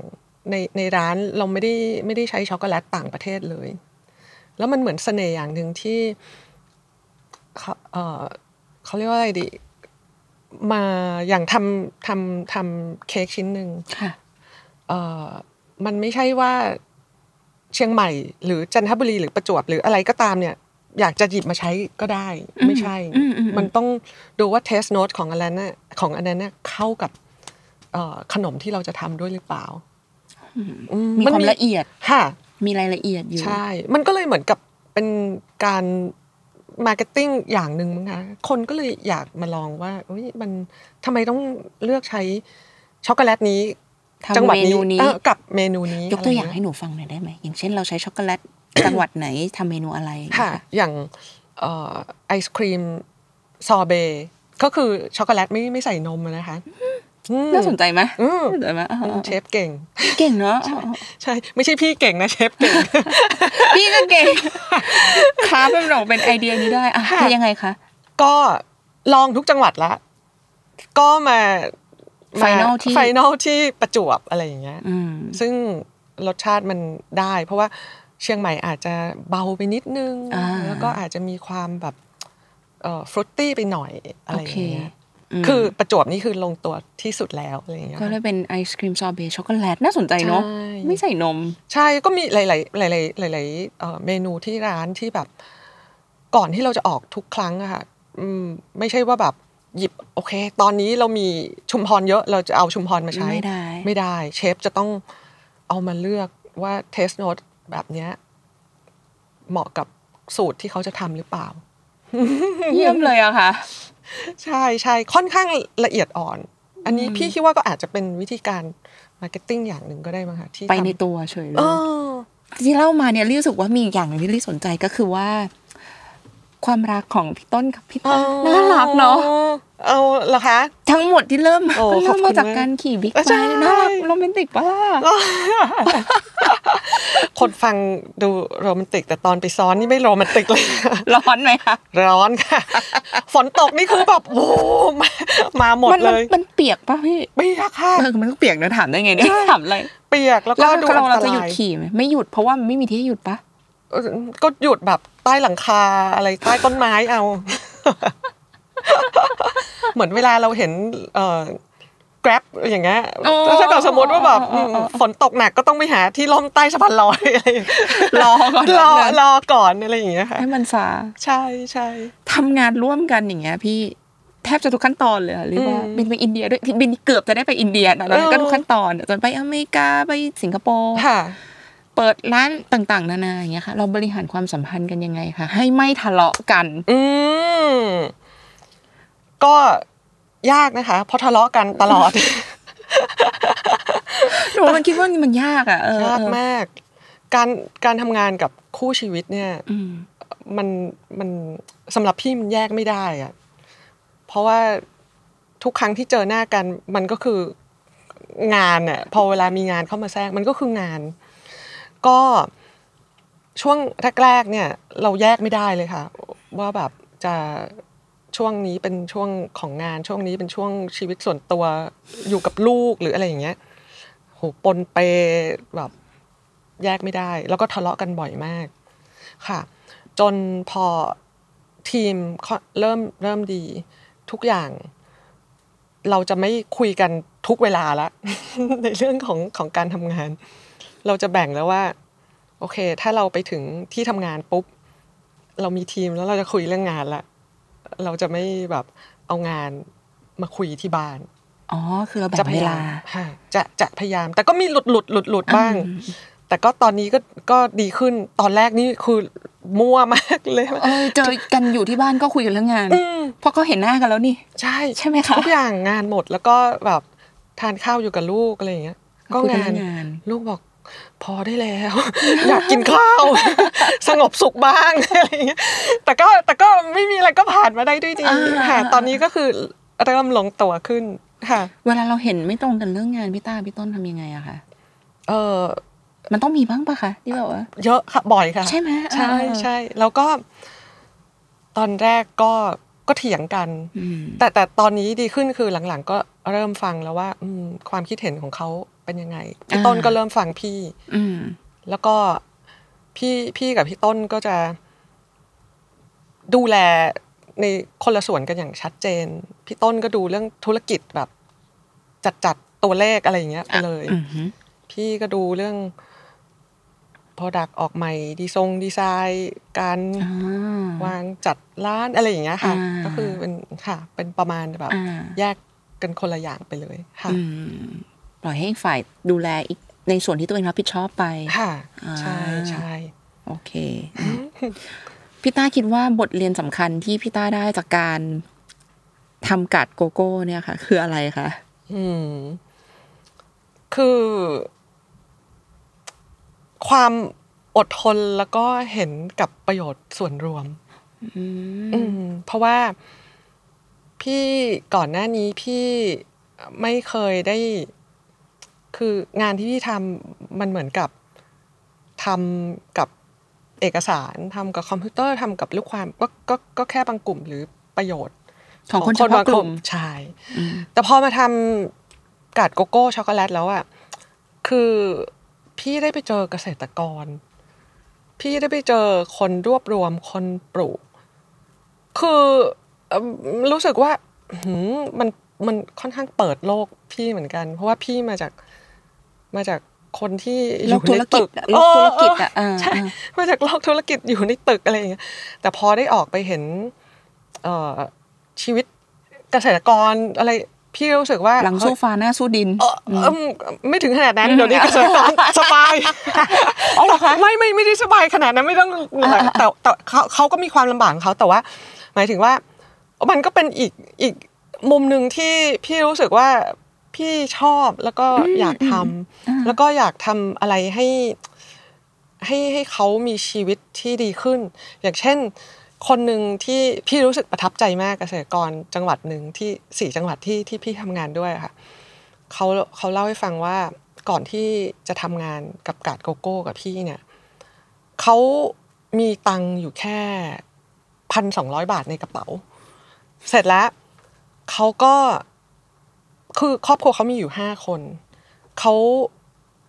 ในในร้านเราไม่ได้ไม่ได้ใช้ช็อกโกแลตต่างประเทศเลย แล้วมันเหมือนเสน่ห์อย่างหนึ่งที่เขาเอ่อเขาเรียกว่าอะไรดี มาอย่างทำทำทำเค้กชิ้นหนึ่ง ค่ะ เอ่อมันไม่ใช่ว่าเชียงใหม่ หรือจันทบุรีหรือประจวบหรืออะไรก็ตามเนี่ย อยากจะหยิบมาใช้ก็ได้ ไม่ใช่ อืมอืมอืม มันต้องดูว่าเทสโน t ตของอันนั้นน่ะของอันนั้นน่ะเข้ากับเอ่อขนมที่เราจะทำด้วยหรือเปล่า มีความละเอียด ค่ะ มีรายละเอียดอยู่ ใช่ มันก็เลยเหมือนกับเป็นการมาร์เก็ตติ้งอย่างหนึ่งมั้งคะ คนก็เลยอยากมาลองว่าเฮ้ยมันทำไมต้องเลือกใช้ช็อกโกแลตนี้ ทำ จังหวัด เมนูนี้ นี้เออกับเมนูนี้ ยกตัวอย่าง ะไร ให้หนูฟังหน่อยได้ไหม อย่างเช่นเราใช้ช็อกโกแลต จังหวัดไหนทำเมนูอะไรอย่างเงี้ย ค่ะ อย่างเอ่อไอศครีมซอเบต์ก็คือช็อกโกแลตไม่ไม่ใส่นมอะนะคะอืม น่าสนใจไหม อืม น่าสนใจไหมอ่าอ่า เชฟเก่ง เก่งเนาะอ่าอ่า ใช่ ไม่ใช่พี่เก่งนะเชฟเก่ง พี่ก็เก่งค้าเป็นหนองเป็นไอเดียนี้ได้อ่ะ ค่ะ แล้วยังไงคะ ก็ลองทุกจังหวัดละ ก็มามา Final ที่ Final ที่ประจวบอะไรอย่างเงี้ย อืม ซึ่งรสชาติมันได้ เพราะว่าเชียงใหม่อาจจะเบาไปนิดนึง อ่า แล้วก็อาจจะมีความแบบเอ่อฟรุตตี้ไปหน่อยอะไร โอ อ เค ย่างเงี้ย ม คือประจวบนี่คือลงตัวที่สุดแล้วอะไรอย่างเงี้ย ก็เลยเป็นไอศครีมซอเบต์ช็อกโกแลตน่าสนใจเนาะ ใช่ ไม่ใส่นม ใช่ก็มีหลาย ๆ หลาย ๆ หลายๆเอ่อเมนูที่ร้านที่แบบ ก่อนที่เราจะออกทุกครั้งอะค่ะอืมไม่ใช่ว่าแบบหยิบโอเค ตอนนี้เรามีชุมพรเยอะเราจะเอาชุมพรมาใช้ ไม่ได้ ไม่ได้ เชฟจะต้องเอามาเลือกว่าเทสโนตแบบเนี้ยเหมาะกับสูตรที่เขาจะทำหรือเปล่า เยี่ยมเลยอะค่ะ ใช่ใช่ค่อนข้างละเอียดอ่อน อันนี้พี่คิดว่าก็อาจจะเป็นวิธีการมาร์เก็ตติ้งอย่างหนึ่งก็ได้มั้งคะที่ ไปใน ท ตัวเฉยเล ำเอย อ ที่เล่ามาเนี่ยลี่รู้สึกว่ามีอีกอย่างหนึงที่ลี่สนใจก็คือว่า ความรักของพี่ต้นกับพี่ต้นน่ารักเนาะ เอาเหรอคะ ทั้งหมดที่เริ่มมา โอ้ ก็เริ่ขอมบคุณ มาจาก มาก การขี่บิ๊ก เออ ไบ ใช่ ค์น่ารักโรแมนติกปะล่ะ คนฟังดูโรแมนติก แต่ตอนไปซ้อนนี่ไม่โรแมนติกเลย ร้อนไหมคะ ร้อนค่ะ ฝนตกนี่คือแบบโอ้โหมามาหมด มั เล มั ย มันเปียกปะพี่ เปียกค่ะ เออมันก็เปียกนะถามได้ไงเนี่ยถามอะไร เปียกแล้วก็ แล้ว ดู เรา อัน เรา ต จะหยุ รา ด ย ขี่ไหมไม่หยุดเพราะว่ามันไม่มีที่ให้หยุดปะ เออก็หยุดแบบใต้หลังคาอะไรใต้ต้นไม้เอา เหมือนเวลาเราเห็นเอ่อ grab อย่างเงี้ยถ้าเกิดสมมติว่าแบบอืมฝนตกหนักก็ต้องไปหาที่ร่มใต้สะพานลอยอะไรอย่างเงี้ย รอก่อน รอ นะ รอก่อนอะไรอย่างเงี้ยค่ะ ให้มันซา ใช่ใช่ ทำงานร่วมกันอย่างเงี้ย พี่แทบจะทุกขั้นตอนเลยอะหรือว่า อืม บินไปอินเดียด้วยบินเกือบจะได้ไปอินเดียนะแล้วก็ เออ ทุกขั้นตอนจนไปอเมริกาไปสิงคโปร์ ค่ะ เปิดร้านต่างๆ นานาอย่างเงี้ยค่ะ เราบริหารความสัมพันธ์กันยังไงคะให้ไม่ทะเลาะกัน อืมก็ยากนะคะ เพราะทะเลาะกันตลอด หนูมันคิดว่ามันยากอ่ะเออย ากมาก การการทำงานกับคู่ชีวิตเนี่ย อืม มันมันสำหรับพี่มันแยกไม่ได้อะเพราะว่าทุกครั้งที่เจอหน้ากัน มันก็คืองานน่ะพอเวลามีงานเข้ามาแทรกมันก็คืองาน ก็ช่วงแรกๆเนี่ย เราแยกไม่ได้เลยค่ะ ว่าแบบจะช่วงนี้เป็นช่วงของงาน ช่วงนี้เป็นช่วงชีวิตส่วนตัวอยู่กับลูกหรืออะไรอย่างเงี้ยโหปนเปแบบแยกไม่ได้ แล้วก็ทะเลาะกันบ่อยมาก ค่ะ จนพอทีมค่อยเริ่มเริ่มดี ทุกอย่าง เราจะไม่คุยกันทุกเวลาละ ในเรื่องของของการทำงาน เราจะแบ่งแล้วว่า โอเค ถ้าเราไปถึงที่ทำงานปุ๊บ เรามีทีมแล้วเราจะคุยเรื่องงานละเราจะไม่แบบเอางานมาคุยที่บ้าน อ๋อ คือเราแบ่ จะ งเวยพายา ลาม ค่ะจะจะพยายาม แต่ก็มีหลุดหลุดหลุดหลุดบ้าง แต่ก็ตอนนี้ก็ก็ดีขึ้นตอนแรกนี่คือมั่วมากเลย เออเจอกันอยู่ที่บ้านก็คุยกันเรื่องงาน อืม เพราะก็เห็นหน้ากันแล้วนี่ ใช่ ใช่ไหมคะ ทุกอย่างงานหมดแล้วก็แบบทานข้าวอยู่กับลูกอะไรอย่างเงี้ย ก็ คุย งา เรื่ น อาน ลูกบอกพอได้แล้ว อยากกินข้าว สงบสุขบ้างอะไรอย่างเงี้ยแต่ก็แต่ก็ไม่มีอะไรก็ผ่านมาได้ด้วยดี อ่า ค่ะ ตอนนี้ก็คือเริ่มลงตัวขึ้นค่ะ เวลาเราเห็นไม่ตรงกันเรื่องงานพี่ต้าพี่ต้นทำยังไงอะคะ เออ มันต้องมีบ้างปะคะที่แบบว่า เยอะค่ะบ่อยค่ะ ใช่ไหมเออ ใช่ เออ ใช่แล้วก็ ตอนแรกก็ก็เถียงกัน อืม แต่แต่ตอนนี้ดีขึ้นคือหลังๆ ก็เริ่มฟังแล้วว่า อืมความคิดเห็นของเขาเป็นยังไงพี่ต้นก็เริ่มฟังพี่ อืม แล้วก็พี่พี่กับพี่ต้นก็จะดูแลในคนละส่วนกันอย่างชัดเจน พี่ต้นก็ดูเรื่องธุรกิจแบบ จัดจัดๆตัวเลขอะไรอย่างเงี้ยไปเลย อือหือ พี่ก็ดูเรื่อง Product ออกใหม่ ดีทรงดีไซน์การ อ่า วางจัดร้านอะไรอย่างเงี้ยค่ะ อ่า ก็คือเป็นค่ะ เป็นประมาณแบบ อ่า แยกกันคนละอย่างไปเลยค่ะ อืมปล่อยให้อีกฝ่ายดูแลอีก ในส่วนที่ตัวเองรับผิดชอบไป ค่ะ อ่า ใช่ใช่ โอเคอืมพี่ต้าคิดว่าบทเรียนสำคัญที่พี่ต้าได้จากการทำกัดโกโก้เนี่ยค่ะ คืออะไรคะ อืมคือ ความอดทนแล้วก็เห็นกับประโยชน์ส่วนรวม อืมเพราะว่าพี่ก่อนหน้านี้พี่ไม่เคยได้ คืองานที่พี่ทำมันเหมือนกับทำกับเอกสารทำกับคอมพิวเตอร์ทำกับลูกความก็ก็ก็แค่บางกลุ่มหรือประโยชน์ ของคนเฉพาะกลุ่ม ใช่ แต่พอมาทำกาดโกโก้ช็อกโกแลตแล้วอะคือพี่ได้ไปเจอเกษตรกร พี่ได้ไปเจอคนรวบรวมคนปลูก คือเอิ่มรู้สึกว่าอื้อหือมันมันค่อนข้างเปิดโลกพี่เหมือนกัน เพราะว่าพี่มาจากมาจากคนที่อ โล ยู่ กธุร ใน กิ ตึ จ ก อะโลกธุรกิจอะ เออ อ่า ใช่ มาจากโลกธุรกิจอยู่ในตึกอะไรอย่างเงี้ย แต่พอได้ออกไปเห็นเอ่อชีวิตเกษตรกรอะไร พี่รู้สึกว่า หลังสู้ฟ้าหน้าสู้ดิน เอ่อเอิ่มไม่ถึงขนาดนั้นเดี๋ยวนี้ เกษตรกรสบายไม่ไม่ไม่ได้สบายขนาดนั้นไม่ต้อง แต่แต่เขาเขาก็มีความลำบากของเขาแต่ว่า หมายถึงว่า มันก็เป็นอีกอีกมุมหนึ่งที่พี่รู้สึกว่าพี่ชอบแล้วก็อยากทำแล้วก็อยากทำอะไรให้ ให้ให้เขามีชีวิตที่ดีขึ้น อย่างเช่น คนหนึ่งที่พี่รู้สึกประทับใจมากเกษตรกรจังหวัดหนึ่งที่สี่จังหวัดที่ที่พี่ทำงานด้วยอะค่ะเขาเขาเล่าให้ฟังว่าก่อนที่จะทำงานกับกาดโกโก้กับพี่เนี่ยเขามีตังค์อยู่แค่พันสองร้อยบาทในกระเป๋า เสร็จแล้วเขาก็คือครอบครัวเขามีอยู่ห้าคน เขา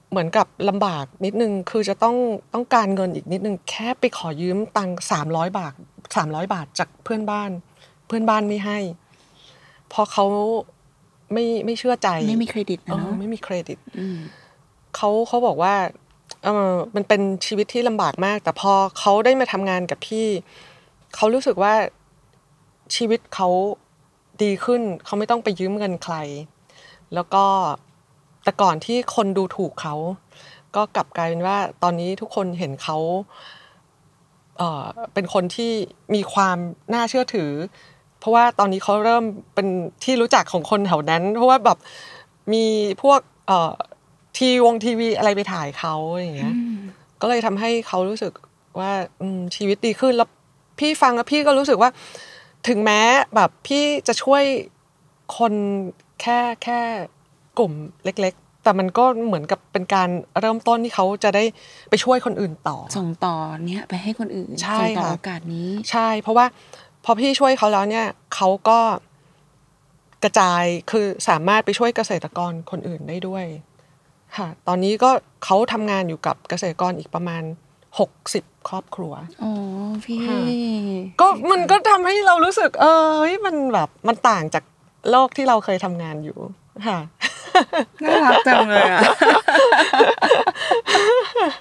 เหมือนกับลำบากนิดนึง คือจะต้องต้องการเงินอีกนิดนึง แค่ไปขอยืมตังสามร้อยบาทสามร้อยบาทจากเพื่อนบ้าน เพื่อนบ้านไม่ให้ เพราะเขาไม่ไม่เชื่อใจ ไม่มีเครดิต เอ นะ อ เนาะ ไม่มีเครดิต ม เขาเขาบอกว่าเออมันเป็นชีวิตที่ลำบากมาก แต่พอเขาได้มาทำงานกับพี่ เขารู้สึกว่าชีวิตเขาดีขึ้น เขาไม่ต้องไปยืมเงินใคร แล้วก็แต่ก่อนที่คนดูถูกเขา ก็กลับกลายเป็นว่า ตอนนี้ทุกคนเห็นเขาเอ่อเป็นคนที่มีความน่าเชื่อถือ เพราะว่าตอนนี้เขาเริ่มเป็นที่รู้จักของคนแถวนั้น เพราะว่าแบบมีพวกเอ่อทีวงทีวีอะไรไปถ่ายเขาอย่างเงี้ย ก็เลยทำให้เขารู้สึกว่าอืมชีวิตดีขึ้นแล้วพี่ฟังแล้วพี่ก็รู้สึกว่า ถึงแม้แบบพี่จะช่วยคนแค่แค่กลุ่มเล็ก ๆ แต่มันก็เหมือนกับเป็นการเริ่มต้นที่เขาจะได้ไปช่วยคนอื่นต่อ ส่งต่อเนี้ยไปให้คนอื่น ใช่ ส่งต่อ ค่ะ โอกาสนี้ ใช่ เพราะว่าพอพี่ช่วยเขาแล้วเนี่ยเขาก็กระจายคือสามารถไปช่วยเกษตรกรคนอื่นได้ด้วย ค่ะ ตอนนี้ก็เขาทำงานอยู่กับเกษตรกรอีกประมาณ 60 ครอบครัว อ๋อพี่ ค่ะ ก็มันก็ทำให้เรารู้สึก เออเฮ้ยมันแบบมันต่างจากโลกที่เราเคยทำงานอยู่ค่ะ น่ารักจังเลยอ่ะ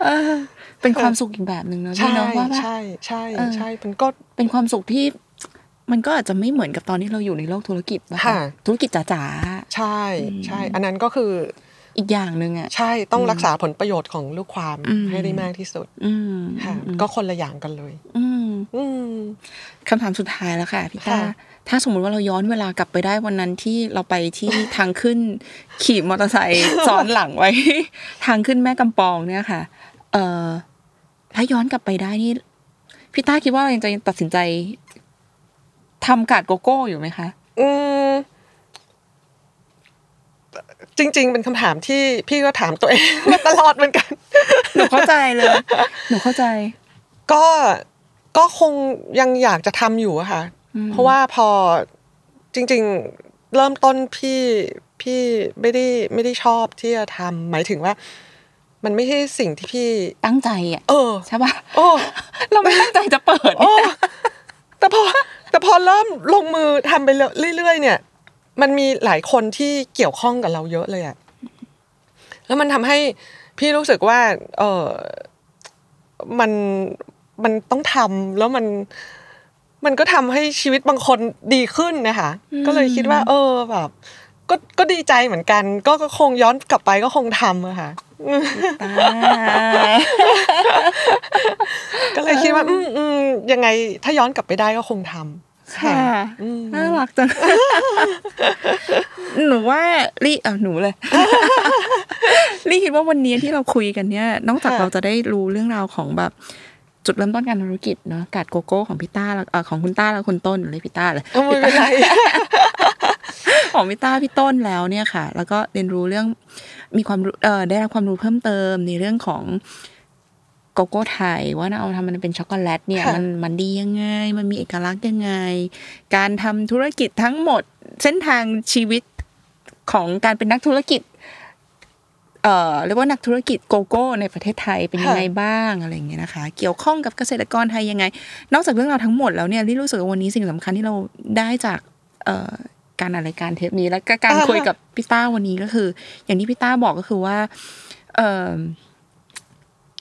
เออเป็นความสุขอีกแบบหนึ่งเนอะ ใช่ พี่เนาะว่าว่า ใช่ใช่ เออ ใช่มันก็ เป็นความสุขที่ มันก็อาจจะไม่เหมือนกับตอนที่เราอยู่ในโลกธุรกิจป่ะ ค่ะ ธุรกิจจ๋า ใช่ใช่ อันนั้นก็คือ ๆอีกอย่างหนึ่งอ่ะ ใช่ต้องรักษาผลประโยชน์ของลูกความ อืม ให้ได้มากที่สุด อืม ค่ะ อืม ก็คนละอย่างกันเลย อืม อืม คำถามสุดท้ายแล้วค่ะพี่ต้า ค่ะ ถ้าสมมุติว่าเราย้อนเวลากลับไปได้วันนั้นที่เราไปที่ ทางขึ้น ขี่มอเตอร์ไซค์ซ้อนหลังไว้ ทางขึ้นแม่กำปองเนี่ยค่ะ เออถ้าย้อนกลับไปได้นี่พี่ต้าคิดว่าเรายังจะตัดสินใจทำการดโกโก้อยู่ไหมคะ อืมจริง ๆ เป็นคำถามที่พี่ก็ถามตัวเอง มาตลอดเหมือนกัน หนูเข้าใจเลย หนูเข้าใจ ก็ก็คงยังอยากจะทำอยู่อะค่ะ อืม เพราะว่าพอจริงๆเริ่มต้นพี่พี่ไม่ได้ไม่ได้ชอบที่จะทำหมายถึงว่า มันไม่ใช่สิ่งที่พี่ ตั้งใจอ่ะ เออ ใช่ป่ะ โอ้ เราไม่ตั้งใจจะเปิด โอ้แต่พอแต่พอเริ่มลงมือทำไปเรื่อยๆเนี่ย มันมีหลายคนที่เกี่ยวข้องกับเราเยอะเลยอะแล้วมันทำให้พี่รู้สึกว่า เออมันมันต้องทำแล้วมัน มันก็ทำให้ชีวิตบางคนดีขึ้นนะคะ ก็เลยคิดว่า เออแบบ ก็ก็ดีใจเหมือนกัน ก็ก็คงย้อนกลับไปก็คงทำอะค่ะ ตา ก็เลยคิดว่า อืมอืมยังไงถ้าย้อนกลับไปได้ก็คงทำ ค่ะ อืม น่ารักจัง หนูว่าลี่เอาหนูเลย ลี่คิดว่าวันนี้ที่เราคุยกันเนี่ย นอกจากเราจะได้รู้เรื่องราวของแบบ จุดเริ่มต้นการทำธุรกิจเนาะการโกโก้ของพี่ต้าแล้วเอ่อของคุณต้าแล้วคุณต้นหรือเลยกพี่ต้าเลย เอาไม่เป็นไร ของพี่ต้าพี่ต้นแล้วเนี่ยค่ะ แล้วก็เรียนรู้เรื่องมีความรู้เอ่อได้รับความรู้เพิ่มเติมในเรื่องของโกโก้ไทย ว่าเอาทำมันเป็นช็อกโกแลตเนี่ย ค่ะ มันมันดียังไง มันมีเอกลักษณ์ยังไง การทำธุรกิจทั้งหมดเส้นทางชีวิตของการเป็นนักธุรกิจ เอ่อเรียกว่านักธุรกิจโกโก้ ในประเทศไทยเป็นยังไงบ้างอะไรอย่างเงี้ยนะคะ เกี่ยวข้องกับเกษตรกรไทยยังไง นอกจากเรื่องราวทั้งหมดแล้วเนี่ยลี่รู้สึกว่าวันนี้สิ่งสำคัญที่เราได้จากเอ่อการอ่านรายการเทปนี้ และก็การ อ่า คุยกับพี่ต้าวันนี้ก็คือ อย่างที่พี่ต้าบอกก็คือว่าเอ่อ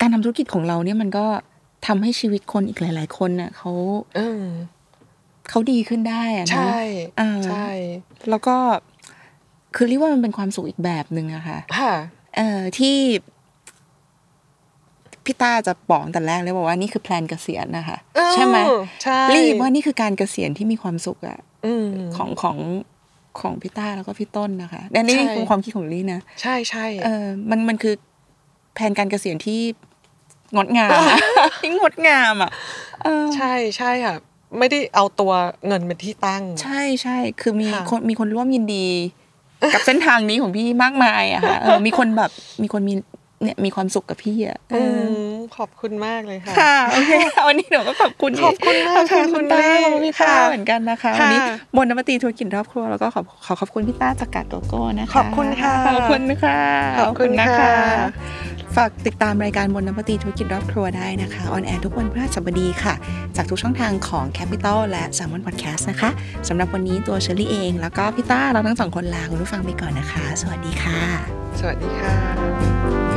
การทำธุรกิจของเราเนี่ยมันก็ทำให้ชีวิตคนอีกหลาย ๆ คนน่ะเขา อืม เขาดีขึ้นได้อะนะ ใช่ อ่า ใช่ แล้วก็คือเรียกว่ามันเป็นความสุขอีกแบบหนึ่งอะค่ะ ค่ะ เอ่อที่พี่ต้าจะบอกตั้งแต่แรกเลยบอกว่านี่คือแพลนเกษียณนะคะ เออ ใช่ไหม ใช่ รีบว่านี่คือการเกษียณที่มีความสุขอะ อืม ของของของพี่ต้าแล้วก็พี่ต้นนะคะแต่นี่ ใช่ คือความคิดของลี่นะ ใช่ใช่ เออมันมันคือแผนการเกษียณที่งดงามอะ ที่งดงามอ่ะเออ ใช่ใช่ค่ะ ไม่ได้เอาตัวเงินเป็นที่ตั้ง ใช่ใช่คือมี ค่ะ คนมีคนร่วมยินดี กับเส้นทางนี้ของพี่มากมายอะค่ะเออมีคนแบบมีคนมีเนี่ยมีความสุขกับพี่อะเอ อื ออ มขอบคุณมากเลยค่ะ ค่ะโอเค ค่ะวันนี้หนูก็ขอบคุณ ขอบคุณมาก ขอบ ค่ะ ณ คุ คุณ ณต้า ลี่ ขอบคุณพี่ต้า ค่ะ เหมือนกันนะคะ ค่ะ วันนี้บนน้ำตีธุรกิจรอบครัวแล้วก็ขอบขอขอบคุณพี่ต้าจากกาดโกโก้นะคะ ขอบคุณค่ะ ขอบคุณค่ะ ขอบคุณ นะ ค่ะ คะ ฝากติดตามรายการบนน้ำปตีธุรกิจรอบครัวได้นะคะ ออนแอร์ทุกวันพฤหัสบดีค่ะ จากทุกช่องทางของ Capital และ s ซ l m o n Podcast นะคะสำหรับวันนี้ตัวเชอรี่เอง แล้วก็พี่ต้าเราทั้งสองคนลาคุณผู้ฟังไปก่อนนะคะ สวัสดีค่ะ สวัสดีค่ะ